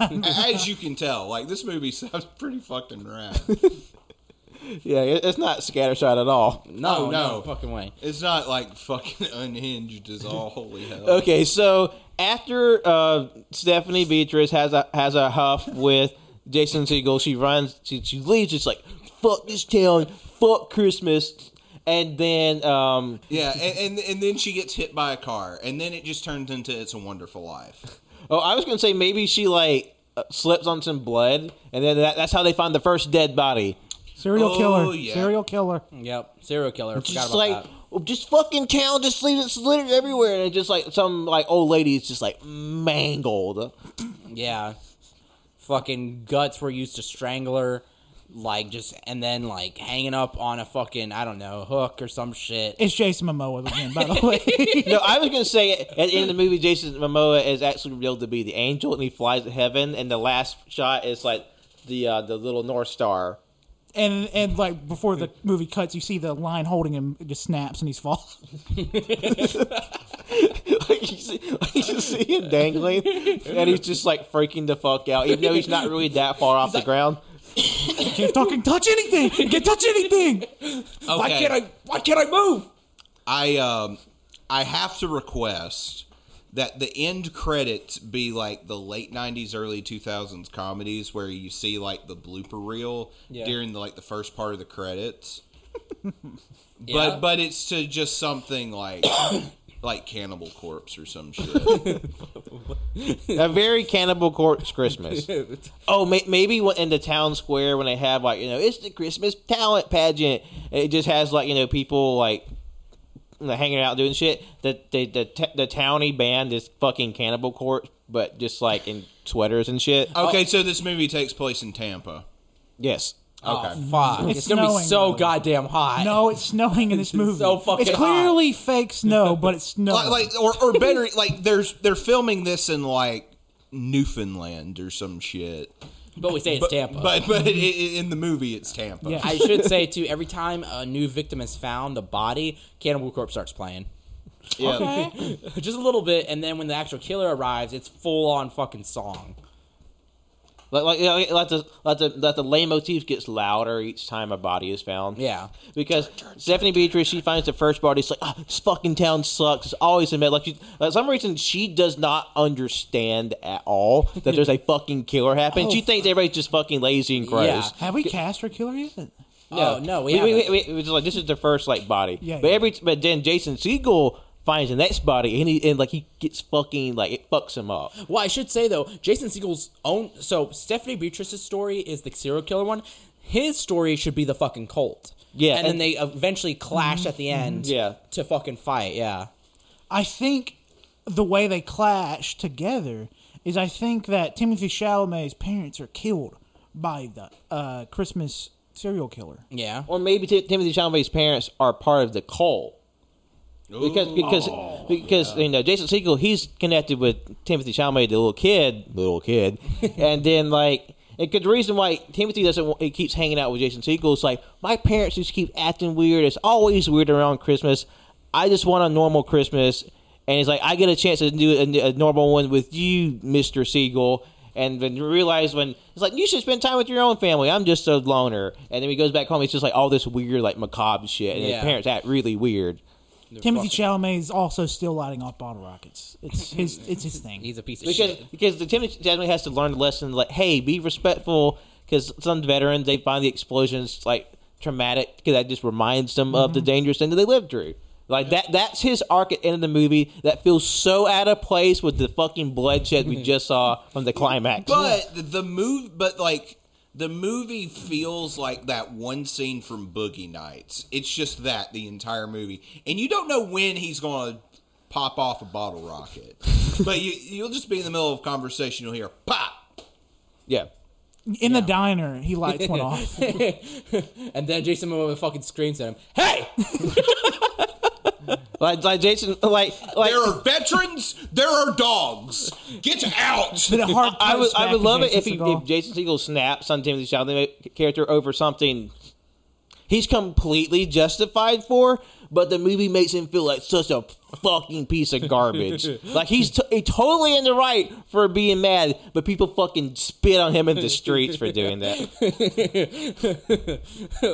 Speaker 6: As you can tell, like this movie sounds pretty fucking rad.
Speaker 4: Yeah, it- it's not scattershot at all.
Speaker 5: No,
Speaker 6: Oh,
Speaker 5: no,
Speaker 6: no.
Speaker 5: fucking way.
Speaker 6: It's not like fucking unhinged is all holy hell.
Speaker 4: Okay, so after uh, Stephanie Beatrice has a has a huff with Jason Segel, she runs, she, she leaves, just like fuck this town, fuck Christmas, and then um,
Speaker 6: Yeah, and, and and then she gets hit by a car, and then it just turns into It's a Wonderful Life.
Speaker 4: oh, I was gonna say maybe she like uh, slips on some blood, and then that, that's how they find the first dead body.
Speaker 3: Serial
Speaker 6: Oh,
Speaker 3: killer.
Speaker 6: yeah.
Speaker 3: Serial killer.
Speaker 5: Yep, serial killer. Forgot
Speaker 4: Just
Speaker 5: about
Speaker 4: like
Speaker 5: that.
Speaker 4: "Oh, just fucking town, just leave it's littered everywhere, and it's just like some like old lady is just like mangled.
Speaker 5: Yeah. Fucking guts were used to strangle her, like just and then like hanging up on a fucking I don't know hook or some shit.
Speaker 3: It's Jason Momoa again, by the way.
Speaker 4: No, I was gonna say at the end of the movie, Jason Momoa is actually revealed to be the angel, and he flies to heaven. And the last shot is like the uh, the little North Star.
Speaker 3: and and like before the movie cuts, you see the line holding him it just snaps and he's falling.
Speaker 4: like you see, like you see him dangling, and he's just like freaking the fuck out, even though he's not really that far off the ground.
Speaker 3: Can't fucking touch anything. Can't touch anything.
Speaker 5: Why can't I? Why can't I move?
Speaker 6: I um I have to request that the end credits be like the late '90s, early 2000s comedies where you see like the blooper reel during the, like the first part of the credits.
Speaker 5: Yeah.
Speaker 6: But but it's to just something like like Cannibal Corpse or some shit.
Speaker 5: Oh.
Speaker 4: A very Cannibal Corpse Christmas. Oh, may- maybe when- in the town square when they have like you know it's the Christmas talent pageant. It just has like you know people like you know, hanging out doing shit. The the the, t- the towny band is fucking Cannibal Corpse,
Speaker 6: Oh.
Speaker 4: but just like in sweaters and shit.
Speaker 6: Okay, so this movie takes place in Tampa.
Speaker 4: Yes.
Speaker 5: Oh, fuck. It's,
Speaker 3: It's
Speaker 5: gonna be
Speaker 3: snowing.
Speaker 5: so goddamn hot.
Speaker 3: No, it's snowing in this movie.
Speaker 5: so fucking
Speaker 3: it's clearly fake snow, but it's snow.
Speaker 6: like, like or, or better like there's they're filming this in like Newfoundland or some shit.
Speaker 5: But we say it's Tampa.
Speaker 6: But but i i in the movie it's Tampa.
Speaker 3: Yeah.
Speaker 5: I should say too. Every time a new victim is found, the body Cannibal Corpse starts playing,
Speaker 6: Yeah.
Speaker 3: Okay.
Speaker 5: just a little bit, and then when the actual killer arrives, it's full on fucking song.
Speaker 4: Like, like, yeah, like, like the like the like the lay motif gets louder each time a body is found.
Speaker 5: Yeah.
Speaker 4: because Stephanie Beatrice she finds the first body. It's like oh, this fucking town sucks. It's always in bed. Like she, for some reason she does not understand at all that there's a fucking killer happening. she thinks everybody's just fucking lazy and gross.
Speaker 5: Oh. Yeah.
Speaker 3: Have we cast our killer yet?
Speaker 5: No, no, we
Speaker 4: we, we,
Speaker 5: haven't.
Speaker 4: we, we- it was just like this is the first like body.
Speaker 3: Yeah,
Speaker 4: but
Speaker 3: yeah.
Speaker 4: every but then Jason Siegel finds the next body and he and like he gets fucking like it fucks him up.
Speaker 5: Well, I should say though, Jason Siegel's own. So Stephanie Beatrice's story is the serial killer one. His story should be the fucking cult.
Speaker 4: Yeah,
Speaker 5: and, then
Speaker 4: and-
Speaker 5: they eventually clash at the end.
Speaker 4: Yeah.
Speaker 5: to fucking fight. Yeah,
Speaker 3: I think the way they clash together is I think that Timothy Chalamet's parents are killed by the uh, Christmas serial killer.
Speaker 5: yeah.
Speaker 4: Or maybe Tim- Timothy Chalamet's parents are part of the cult. Because because because you know Jason Segel he's connected with Timothy Chalamet the little kid little kid and then like because the reason why Timothy doesn't want, he keeps hanging out with Jason Segel is like my parents just keep acting weird it's always weird around Christmas I just want a normal Christmas and he's like I get a chance to do a, a normal one with you Mister Segel and then you realize when it's like you should spend time with your own family I'm just a loner and then he goes back home it's just like all this weird like macabre shit and
Speaker 5: Yeah.
Speaker 4: his parents act really weird.
Speaker 3: Timothy Chalamet is also still lighting off bottle rockets. It's his. It's his thing.
Speaker 5: He's a piece of
Speaker 4: because
Speaker 5: shit.
Speaker 4: because the Timothy Chalamet has to learn the lesson like hey be respectful because some veterans they find the explosions like traumatic because that just reminds them of
Speaker 6: Mm-hmm.
Speaker 4: the dangerous thing that they lived through like that that's his arc at the end of the movie that feels so out of place with the fucking bloodshed we just saw from the climax
Speaker 6: Mm-hmm. But the move, but like the movie feels like that one scene from Boogie Nights. It's just that the entire movie, and you don't know when he's going to pop off a bottle rocket. but you, you'll just be in the middle of a conversation. You'll hear pop.
Speaker 4: yeah
Speaker 3: In the diner, he lights one off.
Speaker 5: and then Jason Momoa fucking screams at him, "Hey!"
Speaker 4: like like Jason like like
Speaker 6: There are veterans. There are dogs. Get out.
Speaker 3: But a hard.
Speaker 4: I would,
Speaker 3: toast
Speaker 4: I
Speaker 3: back
Speaker 4: would
Speaker 3: to
Speaker 4: love it
Speaker 3: Jason
Speaker 4: if, he,
Speaker 3: Segel.
Speaker 4: if Jason Segel snaps on Timothy Chalamet character over something he's completely justified for, but the movie makes him feel like such a fucking piece of garbage. like he's t- he totally in the right for being mad, but people fucking spit on him in the streets for doing that.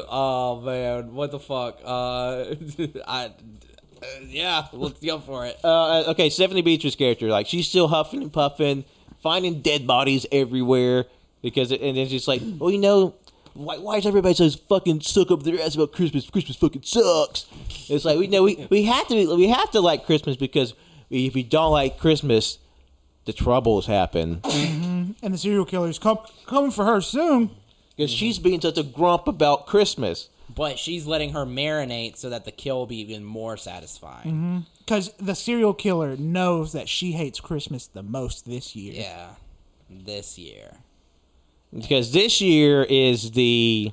Speaker 5: oh man, what the fuck? Uh, I, uh, yeah, let's go for it.
Speaker 4: Uh, okay, Stephanie Beatrice's character, like she's still huffing and puffing, finding dead bodies everywhere because, it, and then she's like, well, you know, why, why is everybody so fucking stuck up their ass about Christmas? Christmas fucking sucks. It's like we know we, we have to be, we have to like Christmas because if we don't like Christmas, the troubles happen
Speaker 3: and the serial killer's come coming for her soon.
Speaker 4: because she's being such a grump about Christmas.
Speaker 5: but she's letting her marinate so that the kill will be even more satisfying.
Speaker 3: Because the serial killer knows that she hates Christmas the most this year.
Speaker 5: Yeah, this year.
Speaker 4: because this year is the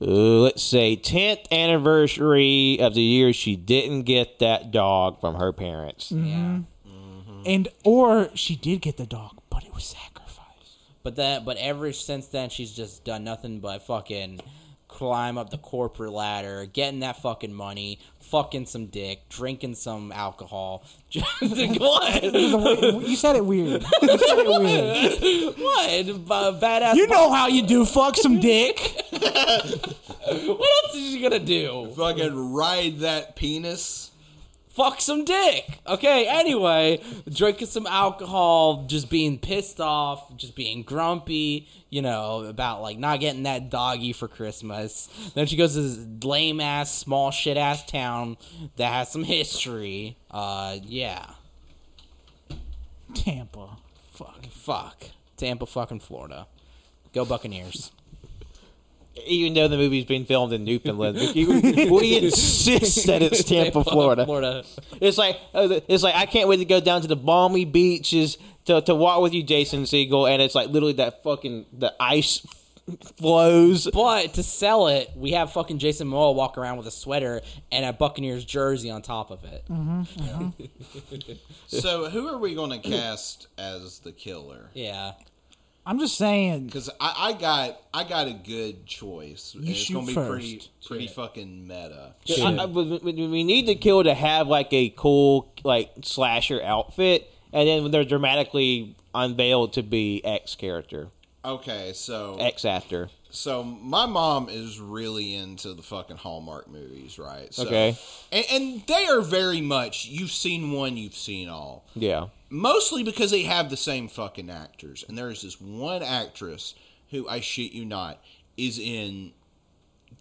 Speaker 4: uh, let's say 10th anniversary of the year she didn't get that dog from her parents
Speaker 5: Yeah,
Speaker 3: Mm-hmm. And or she did get the dog, but it was sacrificed.
Speaker 5: but that, but ever since then, she's just done nothing but fucking climb up the corporate ladder, getting that fucking money. Fucking some dick, drinking some alcohol. Just what?
Speaker 3: you said it weird. You said it weird.
Speaker 5: What? B- badass.
Speaker 3: You know how you do. Fuck some dick.
Speaker 5: What else is she gonna do?
Speaker 6: Fucking ride that penis.
Speaker 5: fuck some dick. Okay, anyway, drinking some alcohol, just being pissed off, just being grumpy, you know, about like not getting that doggy for Christmas. Then she goes to this lame ass, small shit ass town that has some history. Uh, yeah.
Speaker 3: Tampa. Fuck.
Speaker 5: Fuck. Tampa, fucking Florida. Go Buccaneers.
Speaker 4: even though the movie's been filmed in newfoundland we, we insist that it's tampa florida
Speaker 5: Florida.
Speaker 4: It's like uh, it's like I can't wait to go down to the balmy beaches to, to walk with you, Jason Siegel, and it's like literally that fucking the ice flows.
Speaker 5: But to sell it, we have fucking Jason Momoa walk around with a sweater and a Buccaneers jersey on top of it.
Speaker 6: So who are we going to cast as the killer?
Speaker 5: Yeah.
Speaker 3: I'm just saying.
Speaker 6: Because I, I got I got a good choice. and it's
Speaker 3: shoot
Speaker 6: gonna be pretty
Speaker 3: first.
Speaker 6: pretty fucking meta.
Speaker 4: I, I- we, we- we need the kill to have like a cool like slasher outfit, and then they're dramatically unveiled to be X character,
Speaker 6: Okay, so
Speaker 4: X actor.
Speaker 6: so my mom is really into the fucking Hallmark movies, right? So,
Speaker 4: Okay.
Speaker 6: and, and they are very much you've seen one, you've seen all.
Speaker 4: Yeah.
Speaker 6: mostly because they have the same fucking actors. And there is this one actress who I shit you not is in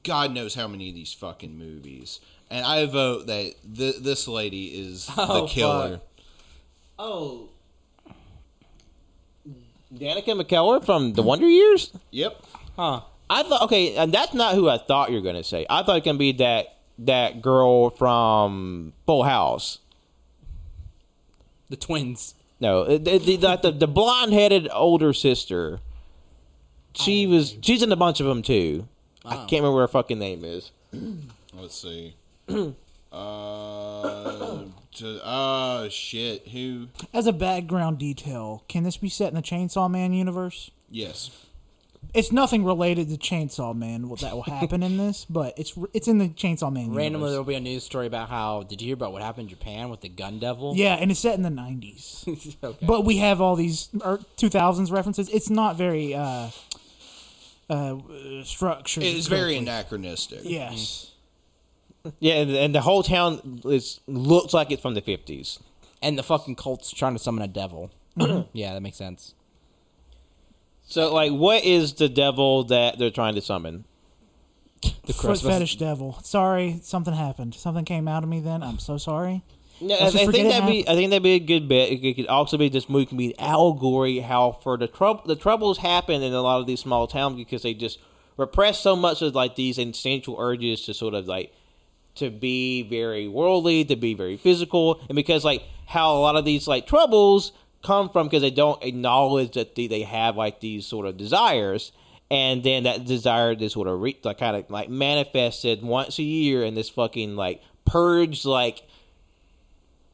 Speaker 6: God knows how many of these fucking movies. And I vote that th- this lady is
Speaker 5: Oh,
Speaker 6: the killer.
Speaker 5: fuck.
Speaker 4: Oh. Danica McKellar from The Wonder Years?
Speaker 6: Yep.
Speaker 5: Huh.
Speaker 4: I thought okay, and that's not who I thought you were gonna say. I thought it gonna be that that girl from Full House.
Speaker 5: The twins.
Speaker 4: No, the the, like the, the blonde headed older sister. She was she's in a bunch of them too. I can't remember what her fucking name is.
Speaker 6: Let's see. uh, to, uh, shit. Who?
Speaker 3: As a background detail, can this be set in the Chainsaw Man universe?
Speaker 6: Yes.
Speaker 3: It's nothing related to Chainsaw Man what that will happen in this, but it's it's in the Chainsaw Man
Speaker 5: Randomly,
Speaker 3: universe.
Speaker 5: there'll be a news story about how. Did you hear about what happened in Japan with the gun devil?
Speaker 3: Yeah, and it's set in the 90s.
Speaker 5: okay.
Speaker 3: But we have all these er, 2000s references. It's not very uh uh structured.
Speaker 6: It is very anachronistic.
Speaker 3: Yes.
Speaker 5: Mm-hmm.
Speaker 4: Yeah, and, and the whole town is looks like it's from the fifties.
Speaker 5: And the fucking cult's trying to summon a devil.
Speaker 3: Mm-hmm.
Speaker 5: yeah, that makes sense.
Speaker 4: So like, what is the devil that they're trying to summon?
Speaker 5: The
Speaker 3: Foot fetish devil. Sorry, something happened. Something came out of me then. I'm so sorry.
Speaker 4: No, I, I
Speaker 3: Let's just
Speaker 4: think
Speaker 3: forget it
Speaker 4: that'd be I think that'd be a good bet. It could also be this movie can be an allegory how for the trouble the troubles happen in a lot of these small towns because they just repress so much of like these instinctual urges to sort of like to be very worldly, to be very physical, and because like how a lot of these like troubles come from because they don't acknowledge that they, they have like these sort of desires, and then that desire is sort of re- like kind of like manifested once a year in this fucking like purge like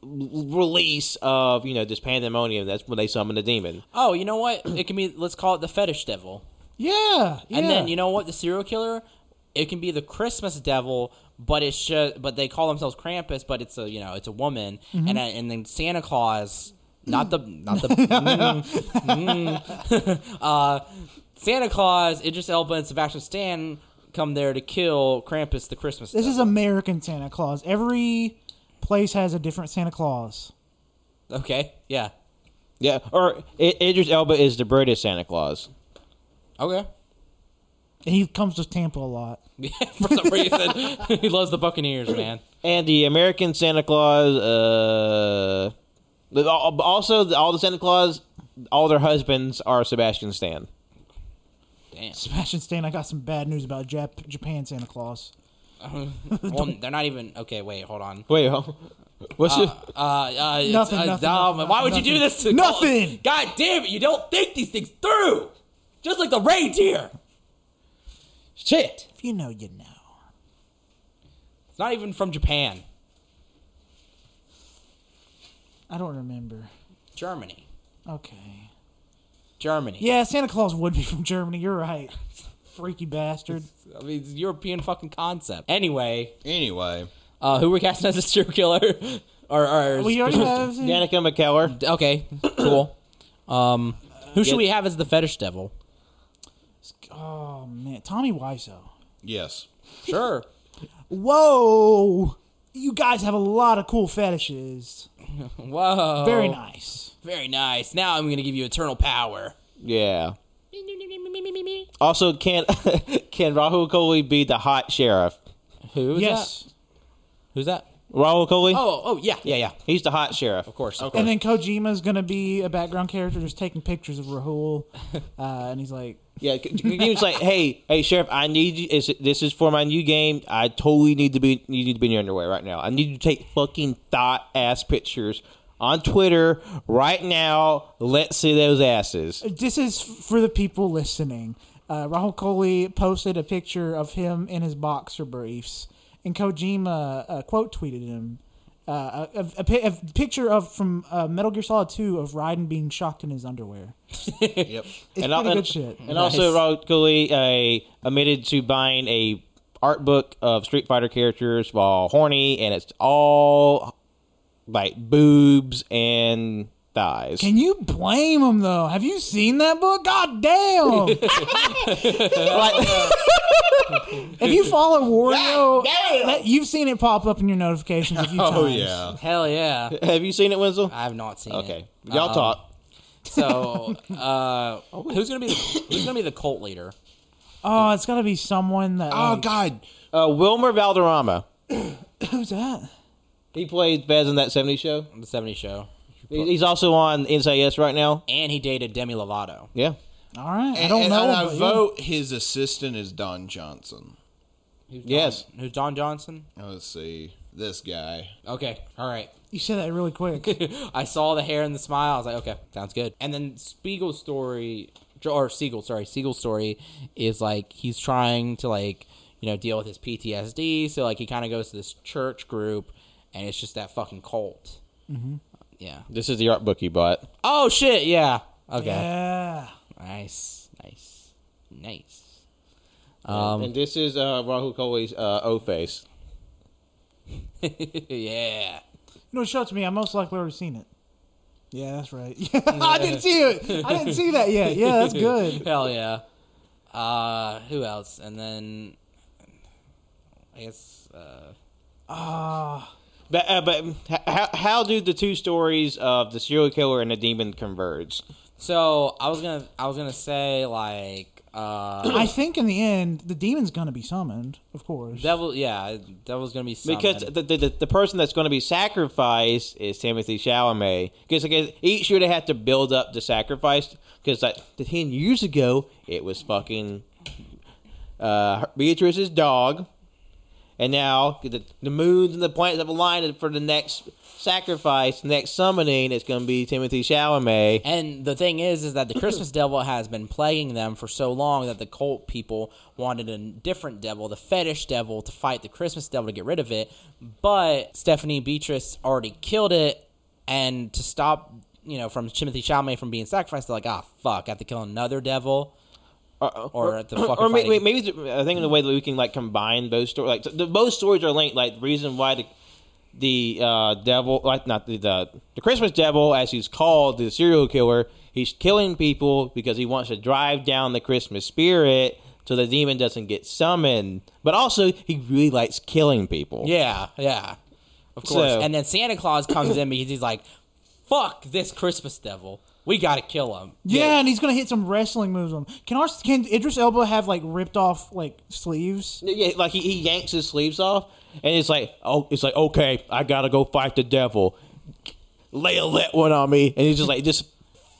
Speaker 4: release of you know this pandemonium. That's when they summon the demon.
Speaker 5: Oh, you know what? It can be. Let's call it the fetish devil.
Speaker 3: Yeah. yeah.
Speaker 5: And then you know what? The serial killer. It can be the Christmas devil, but it's just, but they call themselves Krampus, but it's a you know it's a woman,
Speaker 3: Mm-hmm.
Speaker 5: and I- and then Santa Claus, not the not the mm, mm. uh, Santa Claus, Idris Elba and Sebastian Stan come there to kill Krampus, the Christmas.
Speaker 3: This is
Speaker 5: devil.
Speaker 3: American Santa Claus. Every place has a different Santa Claus.
Speaker 5: okay, yeah,
Speaker 4: Yeah, or I- Idris Elba is the British Santa Claus.
Speaker 5: okay.
Speaker 3: And he comes to Tampa a lot.
Speaker 5: For some reason, he loves the Buccaneers, man.
Speaker 4: And the American Santa Claus, uh, but al- also the- all the Santa Claus, all their husbands are Sebastian Stan.
Speaker 5: Damn.
Speaker 3: Sebastian Stan, I got some bad news about Jap- Japan Santa Claus.
Speaker 5: Well, they're not even. Okay, wait, hold on.
Speaker 4: Wait, huh? what's your,
Speaker 5: Uh, uh, it's-
Speaker 3: Nothing,
Speaker 5: uh,
Speaker 3: nothing,
Speaker 5: um,
Speaker 3: nothing,
Speaker 5: why would
Speaker 3: nothing,
Speaker 5: you do this to
Speaker 3: nothing!
Speaker 5: God damn it! You don't think these things through. Just like the reindeer. Shit.
Speaker 3: If you know, you know.
Speaker 5: It's not even from Japan.
Speaker 3: I don't remember.
Speaker 5: Germany.
Speaker 3: Okay.
Speaker 5: Germany.
Speaker 3: Yeah, Santa Claus would be from Germany. You're right. Freaky bastard.
Speaker 5: I mean, it's a European fucking concept. Anyway,
Speaker 6: Anyway,
Speaker 5: uh, who we're casting as a serial killer? or, or
Speaker 3: Well, you already have.
Speaker 5: um,
Speaker 4: Danica McKellar?
Speaker 5: okay, cool. Um, who should we have as the fetish devil?
Speaker 3: Oh man, Tommy Wiseau.
Speaker 6: yes.
Speaker 5: Sure.
Speaker 3: Whoa, you guys have a lot of cool fetishes.
Speaker 5: Whoa.
Speaker 3: Very nice.
Speaker 5: Very nice. Now I'm gonna give you eternal power.
Speaker 4: Yeah. Also, can can Rahul Kohli be the hot sheriff?
Speaker 5: Who is that?
Speaker 3: yes,
Speaker 5: Who's that?
Speaker 4: Rahul Kohli?
Speaker 5: Oh, oh yeah,
Speaker 4: yeah,
Speaker 5: yeah,
Speaker 4: yeah. He's the hot sheriff.
Speaker 5: of course.
Speaker 3: and then Kojima's gonna be a background character, just taking pictures of Rahul, uh, and he's like,
Speaker 4: Yeah, c- c- he was like, "Hey, hey, sheriff, I need you. Is, this is for my new game. I totally need to be. You need to be in your underwear right now. I need you to take fucking thought ass pictures on Twitter right now. Let's see those asses.
Speaker 3: "This is f- for the people listening. Uh, Rahul Kohli posted a picture of him in his boxer briefs, and Kojima uh, quote tweeted him uh, a, a, a pi- a picture of from uh, Metal Gear Solid 2 of Raiden being shocked in his underwear.
Speaker 6: Yep.
Speaker 3: It's
Speaker 4: And I'll-
Speaker 3: pretty
Speaker 4: and-
Speaker 3: good shit.
Speaker 4: And also, Raul Cooley uh, admitted to buying a art book of Street Fighter characters while horny, and it's all like boobs and thighs.
Speaker 3: Can you blame him though? Have you seen that book? God damn!
Speaker 4: Like-
Speaker 3: if you follow Wario, that, you've seen it pop up in your notifications a few times.
Speaker 6: Oh yeah.
Speaker 5: Hell yeah.
Speaker 4: have you seen it, Wenzel?
Speaker 5: I have not seen it.
Speaker 4: Okay, y'all
Speaker 5: Um,
Speaker 4: talk.
Speaker 5: So, uh, who's gonna be the, who's gonna be the cult leader?
Speaker 3: Oh, it's got to be someone that.
Speaker 6: Oh
Speaker 3: like-
Speaker 6: God.
Speaker 4: Uh, Wilmer Valderrama.
Speaker 3: Who's that?
Speaker 4: He played Vez in that '70s show.
Speaker 5: on The '70s show,
Speaker 4: He- He's also on NCIS right now.
Speaker 5: and he dated Demi Lovato.
Speaker 4: Yeah.
Speaker 3: All right, I
Speaker 6: And,
Speaker 3: don't
Speaker 6: and-
Speaker 3: know.
Speaker 6: and I
Speaker 3: but yeah.
Speaker 6: vote his assistant is Don Johnson.
Speaker 5: Who's Don-
Speaker 4: Yes.
Speaker 5: who's Don Johnson?
Speaker 6: Let's see. This guy.
Speaker 5: Okay, all right.
Speaker 3: You said that really quick.
Speaker 5: I saw the hair and the smile. I was like, okay, sounds good. And then Spiegel's story, or Siegel, sorry, Siegel's story is like he's trying to like you know deal with his PTSD. So like he kind of goes to this church group, and it's just that fucking cult. Mm-hmm. Yeah.
Speaker 4: This is the art book he bought.
Speaker 5: Oh shit! Yeah. Okay.
Speaker 3: yeah.
Speaker 5: Nice. Nice. Nice.
Speaker 4: Um, and this is uh, Rahul Kohli's uh, O face.
Speaker 5: yeah.
Speaker 3: You know, show it to me. I most likely already seen it. Yeah, that's right. Yeah, I didn't see it. I didn't see that yet. Yeah, that's good.
Speaker 5: Hell yeah. Uh, who else? And then I guess uh,
Speaker 4: But, uh, but h- how, how do the two stories of the serial killer and the demon converge?
Speaker 5: so. I was gonna I was gonna say like uh,
Speaker 3: I think in the end, the demon's gonna be summoned, of course.
Speaker 5: devil. Yeah, devil's gonna be summoned.
Speaker 4: Because the, the, the, the person that's going to be sacrificed is Timothy Chalamet. Because like, each year they have to build up the sacrifice. Because like the ten years ago, it was fucking uh, Beatrice's dog, and now the, the moons and the planets have aligned for the next sacrifice, next summoning. It's going to be Timothy Chalamet.
Speaker 5: and the thing is, is that the Christmas devil has been plaguing them for so long that the cult people wanted a different devil, the fetish devil, to fight the Christmas devil to get rid of it. But Stephanie Beatrice already killed it, and to stop, you know, from Timothy Chalamet from being sacrificed, they're like, ah, fuck, I have to kill another devil.
Speaker 4: Uh,
Speaker 5: or at the fucking
Speaker 4: or maybe,
Speaker 5: fighting.
Speaker 4: maybe it's- I think in the way that we can like combine both stories, like the both stories are linked. Like the reason why the the uh, devil, like not the, the the Christmas devil, as he's called, the serial killer, he's killing people because he wants to drive down the Christmas spirit, so the demon doesn't get summoned. But also, he really likes killing people.
Speaker 5: Yeah, yeah, of course.
Speaker 4: So-
Speaker 5: and then Santa Claus comes in because he's like, fuck this Christmas devil. We gotta kill him.
Speaker 3: yeah, and he's gonna hit some wrestling moves on. him. Can our can Idris Elba have like ripped off like sleeves?
Speaker 4: Yeah, like he, he yanks his sleeves off, and it's like, oh, it's like okay, I gotta go fight the devil. Lay a lit one on me, and he's just like, just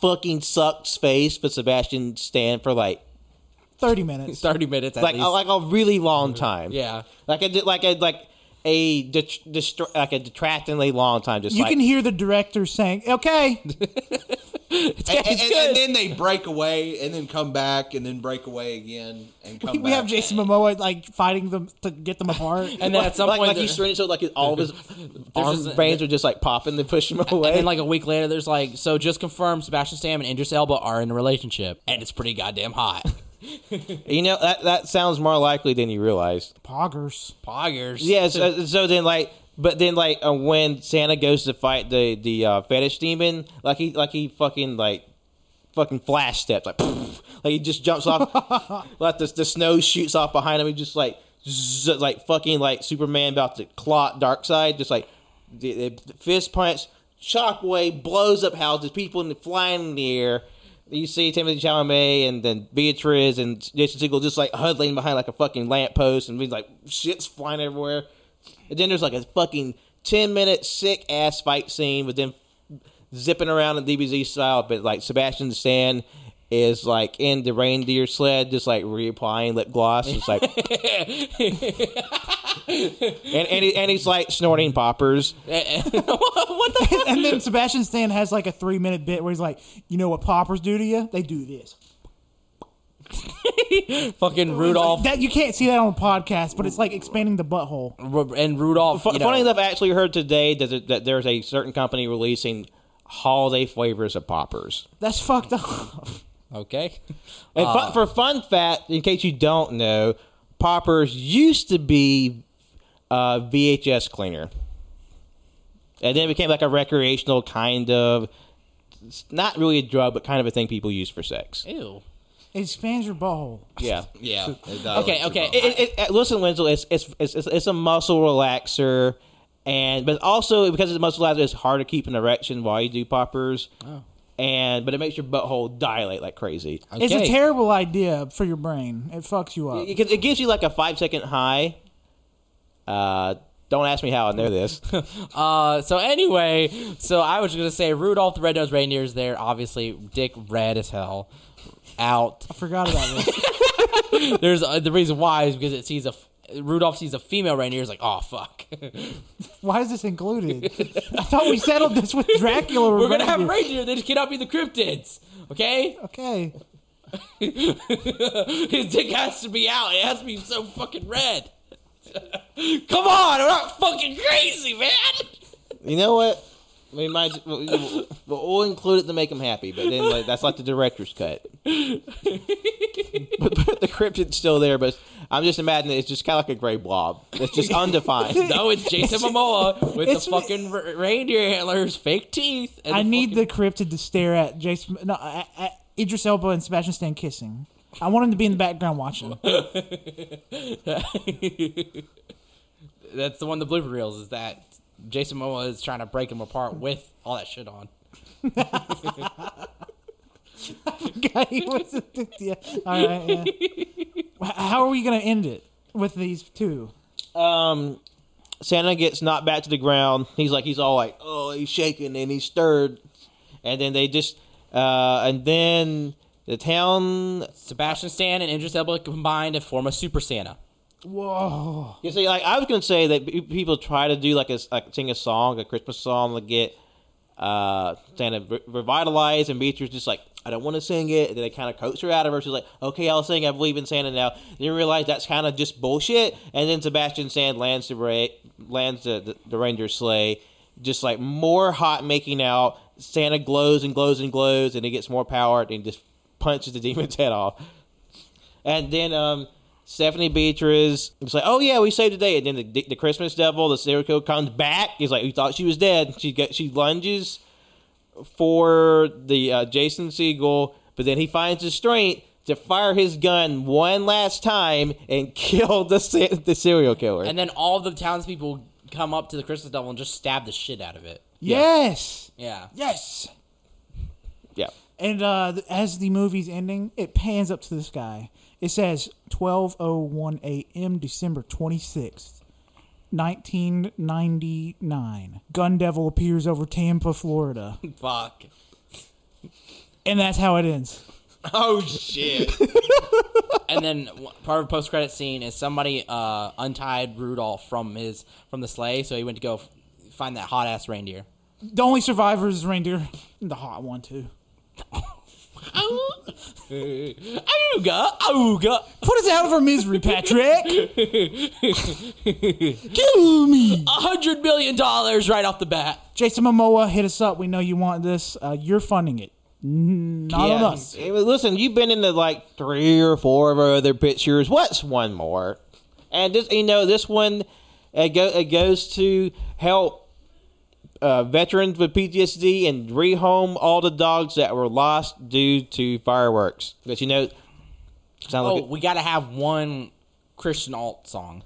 Speaker 4: fucking sucks face for Sebastian Stan for like,
Speaker 3: Thirty minutes.
Speaker 5: 30 minutes at
Speaker 4: like,
Speaker 5: least.
Speaker 4: a, like a really long time.
Speaker 5: Yeah.
Speaker 4: like a like a like a det- distra- like a detractingly long time. Just
Speaker 3: You
Speaker 4: like,
Speaker 3: can hear the director saying, "Okay,
Speaker 6: And, and- and then they break away, and then come back, and then break away again, and come
Speaker 3: we
Speaker 6: back.
Speaker 3: have Jason Momoa like fighting them to get them apart."
Speaker 5: and then at some
Speaker 4: like,
Speaker 5: point,
Speaker 4: like
Speaker 5: there-
Speaker 4: he's surrendered, so like all of his arm
Speaker 5: just a-
Speaker 4: veins are just like popping to push him away.
Speaker 5: and then like a week later, there's like, so just confirmed Sebastian Stan and Idris Elba are in a relationship, and it's pretty goddamn hot.
Speaker 4: you know that that sounds more likely than you realize.
Speaker 3: Poggers.
Speaker 5: Poggers.
Speaker 4: Yeah, so, so then like, but then like uh, when Santa goes to fight the the uh, fetish demon, like he like he fucking like fucking flash steps like poof, like he just jumps off like the the snow shoots off behind him. He just like zzz, like fucking like Superman about to clot dark side, just like the, the fist punch, shockwave blows up houses, people in the flying in the air. You see Timothy Chalamet and then Beatriz and Jason Segel just like huddling behind like a fucking lamppost and being like shit's flying everywhere. And then there's like a fucking ten minute sick ass fight scene with them zipping around in DBZ style, but like Sebastian Stan is like in the reindeer sled, just like reapplying lip gloss. It's like, and and, he, and he's like snorting poppers.
Speaker 5: what the fuck?
Speaker 3: And then Sebastian Stan has like a three minute bit where he's like, "You know what poppers do to you? They do this."
Speaker 5: fucking Rudolph
Speaker 3: That you can't see that on a podcast, but it's like expanding the butthole.
Speaker 5: and Rudolph.
Speaker 4: Fu-
Speaker 5: you know,
Speaker 4: funny enough, I actually heard today that, th- that there's a certain company releasing holiday flavors of poppers.
Speaker 3: That's fucked up.
Speaker 5: Okay.
Speaker 4: And fu- for fun fact, in case you don't know, poppers used to be uh, VHS cleaner, and then it became like a recreational kind of, it's not really a drug, but kind of a thing people use for sex.
Speaker 5: Ew.
Speaker 3: It expands your butthole.
Speaker 4: Yeah.
Speaker 6: Yeah.
Speaker 5: Okay. Okay.
Speaker 4: It, it, it, listen, Wenzel, it's, it's it's it's it's a muscle relaxer, and but also because it's a muscle relaxer, it's hard to keep an erection while you do poppers. And but it makes your butthole dilate like crazy.
Speaker 3: It's a
Speaker 5: Okay.
Speaker 3: terrible idea for your brain. It fucks you up.
Speaker 4: It, gives- it gives you like a five second high. Uh, don't ask me how I know this.
Speaker 5: Uh, so anyway, so I was gonna say Rudolph the Red-Nosed Reindeer's there. Obviously, Dick red as hell. Out.
Speaker 3: I forgot about this.
Speaker 5: There's uh, the reason why is because it sees a f- Rudolph sees a female reindeer. Is like, oh fuck.
Speaker 3: Why is this included? I thought we settled this with Dracula.
Speaker 5: We're gonna have
Speaker 3: reindeer.
Speaker 5: reindeer. They just cannot be the cryptids. Okay,
Speaker 3: Okay.
Speaker 5: his dick has to be out. It has to be so fucking red. Come on, we're not fucking crazy, man.
Speaker 4: You know what? We might we'll, we'll- we'll include it to make them happy, but then like, that's like the director's cut. but, but the cryptid's still there, but I'm just imagining it's just kind of like a gray blob. It's just undefined.
Speaker 5: No, it's Jason Momoa with
Speaker 3: it's-
Speaker 5: the fucking re- reindeer antlers, fake teeth. And
Speaker 3: I
Speaker 5: the
Speaker 3: need
Speaker 5: fucking-
Speaker 3: the cryptid to stare at Jason, no, at, at Idris Elba and Sebastian Stan kissing. I want him to be in the background watching.
Speaker 5: That's the one the blooper reels is that Jason Momoa is trying to break him apart with all that shit on.
Speaker 3: Guy, he was- yeah. All right. Yeah. Wh- How are we gonna end it with these two?
Speaker 4: Um, Santa gets knocked back to the ground. He's like he's all like oh he's shaking and he's stirred, and then they just uh, and then the town
Speaker 5: Sebastian Stan and Idris Elba combined to form a Super Santa.
Speaker 3: Whoa!
Speaker 4: You see, like I was gonna say that pe- people try to do like a like sing a song, a Christmas song, to get uh Santa re- revitalized, and Beatrice just like I don't want to sing it, and then they kind of coax her out of her. She's like, okay, I'll sing. I believe in Santa now. Then you realize that's kind of just bullshit, and then Sebastian Sand lands the ra- lands the, the, the reindeer sleigh, just like more hot making out. Santa glows and glows and glows, and he gets more powered and just punches the demon's head off. And then um, Stephanie Beatriz was like, "Oh yeah, we saved the day." And then the, the Christmas devil, the serial killer, comes back. He's like, "We thought she was dead." She get, she lunges for the uh, Jason Siegel, but then he finds the strength to fire his gun one last time and kill the se- the serial killer.
Speaker 5: And then all the townspeople come up to the Christmas devil and just stab the shit out of it.
Speaker 3: Yes.
Speaker 5: Yeah.
Speaker 3: Yes.
Speaker 4: yeah,
Speaker 3: And uh, th- as the movie's ending, it pans up to the sky. It says 12:01 a.m. December 26th, 1999. Gun Devil appears over Tampa, Florida,
Speaker 5: Fuck.
Speaker 3: and that's how it ends.
Speaker 6: Oh shit.
Speaker 5: And then w- part of the post credit scene is somebody uh, untied Rudolph from his from the sleigh, so he went to go f- find that hot ass reindeer.
Speaker 3: The only survivor is reindeer, the hot one too.
Speaker 6: Oh.
Speaker 5: Auga, auga.
Speaker 3: Put us out of our misery, Patrick. Kill me.
Speaker 5: A hundred million dollars right off the bat.
Speaker 3: Jason Momoa, hit us up. We know you want this. Uh, you're funding it. N- Not on
Speaker 5: Yeah.
Speaker 3: us.
Speaker 4: Hey, but listen, you've been into like three or four of our other pictures. What's one more? And this, you know, this one it, go, it goes to help uh, veterans with PTSD and rehome all the dogs that were lost due to fireworks. But you know, sound
Speaker 5: Oh,
Speaker 4: like
Speaker 5: we gotta have one Christian alt song.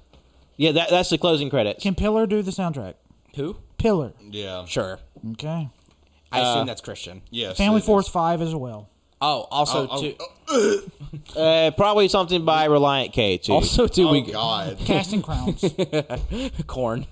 Speaker 4: yeah, that, that's the closing credits.
Speaker 3: Can Pillar do the soundtrack?
Speaker 5: Who?
Speaker 3: Pillar.
Speaker 6: Yeah.
Speaker 5: Sure.
Speaker 3: Okay.
Speaker 5: I
Speaker 6: Uh,
Speaker 5: assume that's Christian.
Speaker 6: Yes.
Speaker 3: Family
Speaker 6: it is.
Speaker 3: Force 5 as well.
Speaker 5: Oh, also
Speaker 6: Oh,
Speaker 5: too.
Speaker 4: Uh, probably something by Reliant K too.
Speaker 5: also too.
Speaker 6: Oh
Speaker 5: we
Speaker 6: god.
Speaker 3: Casting Crowns.
Speaker 5: corn.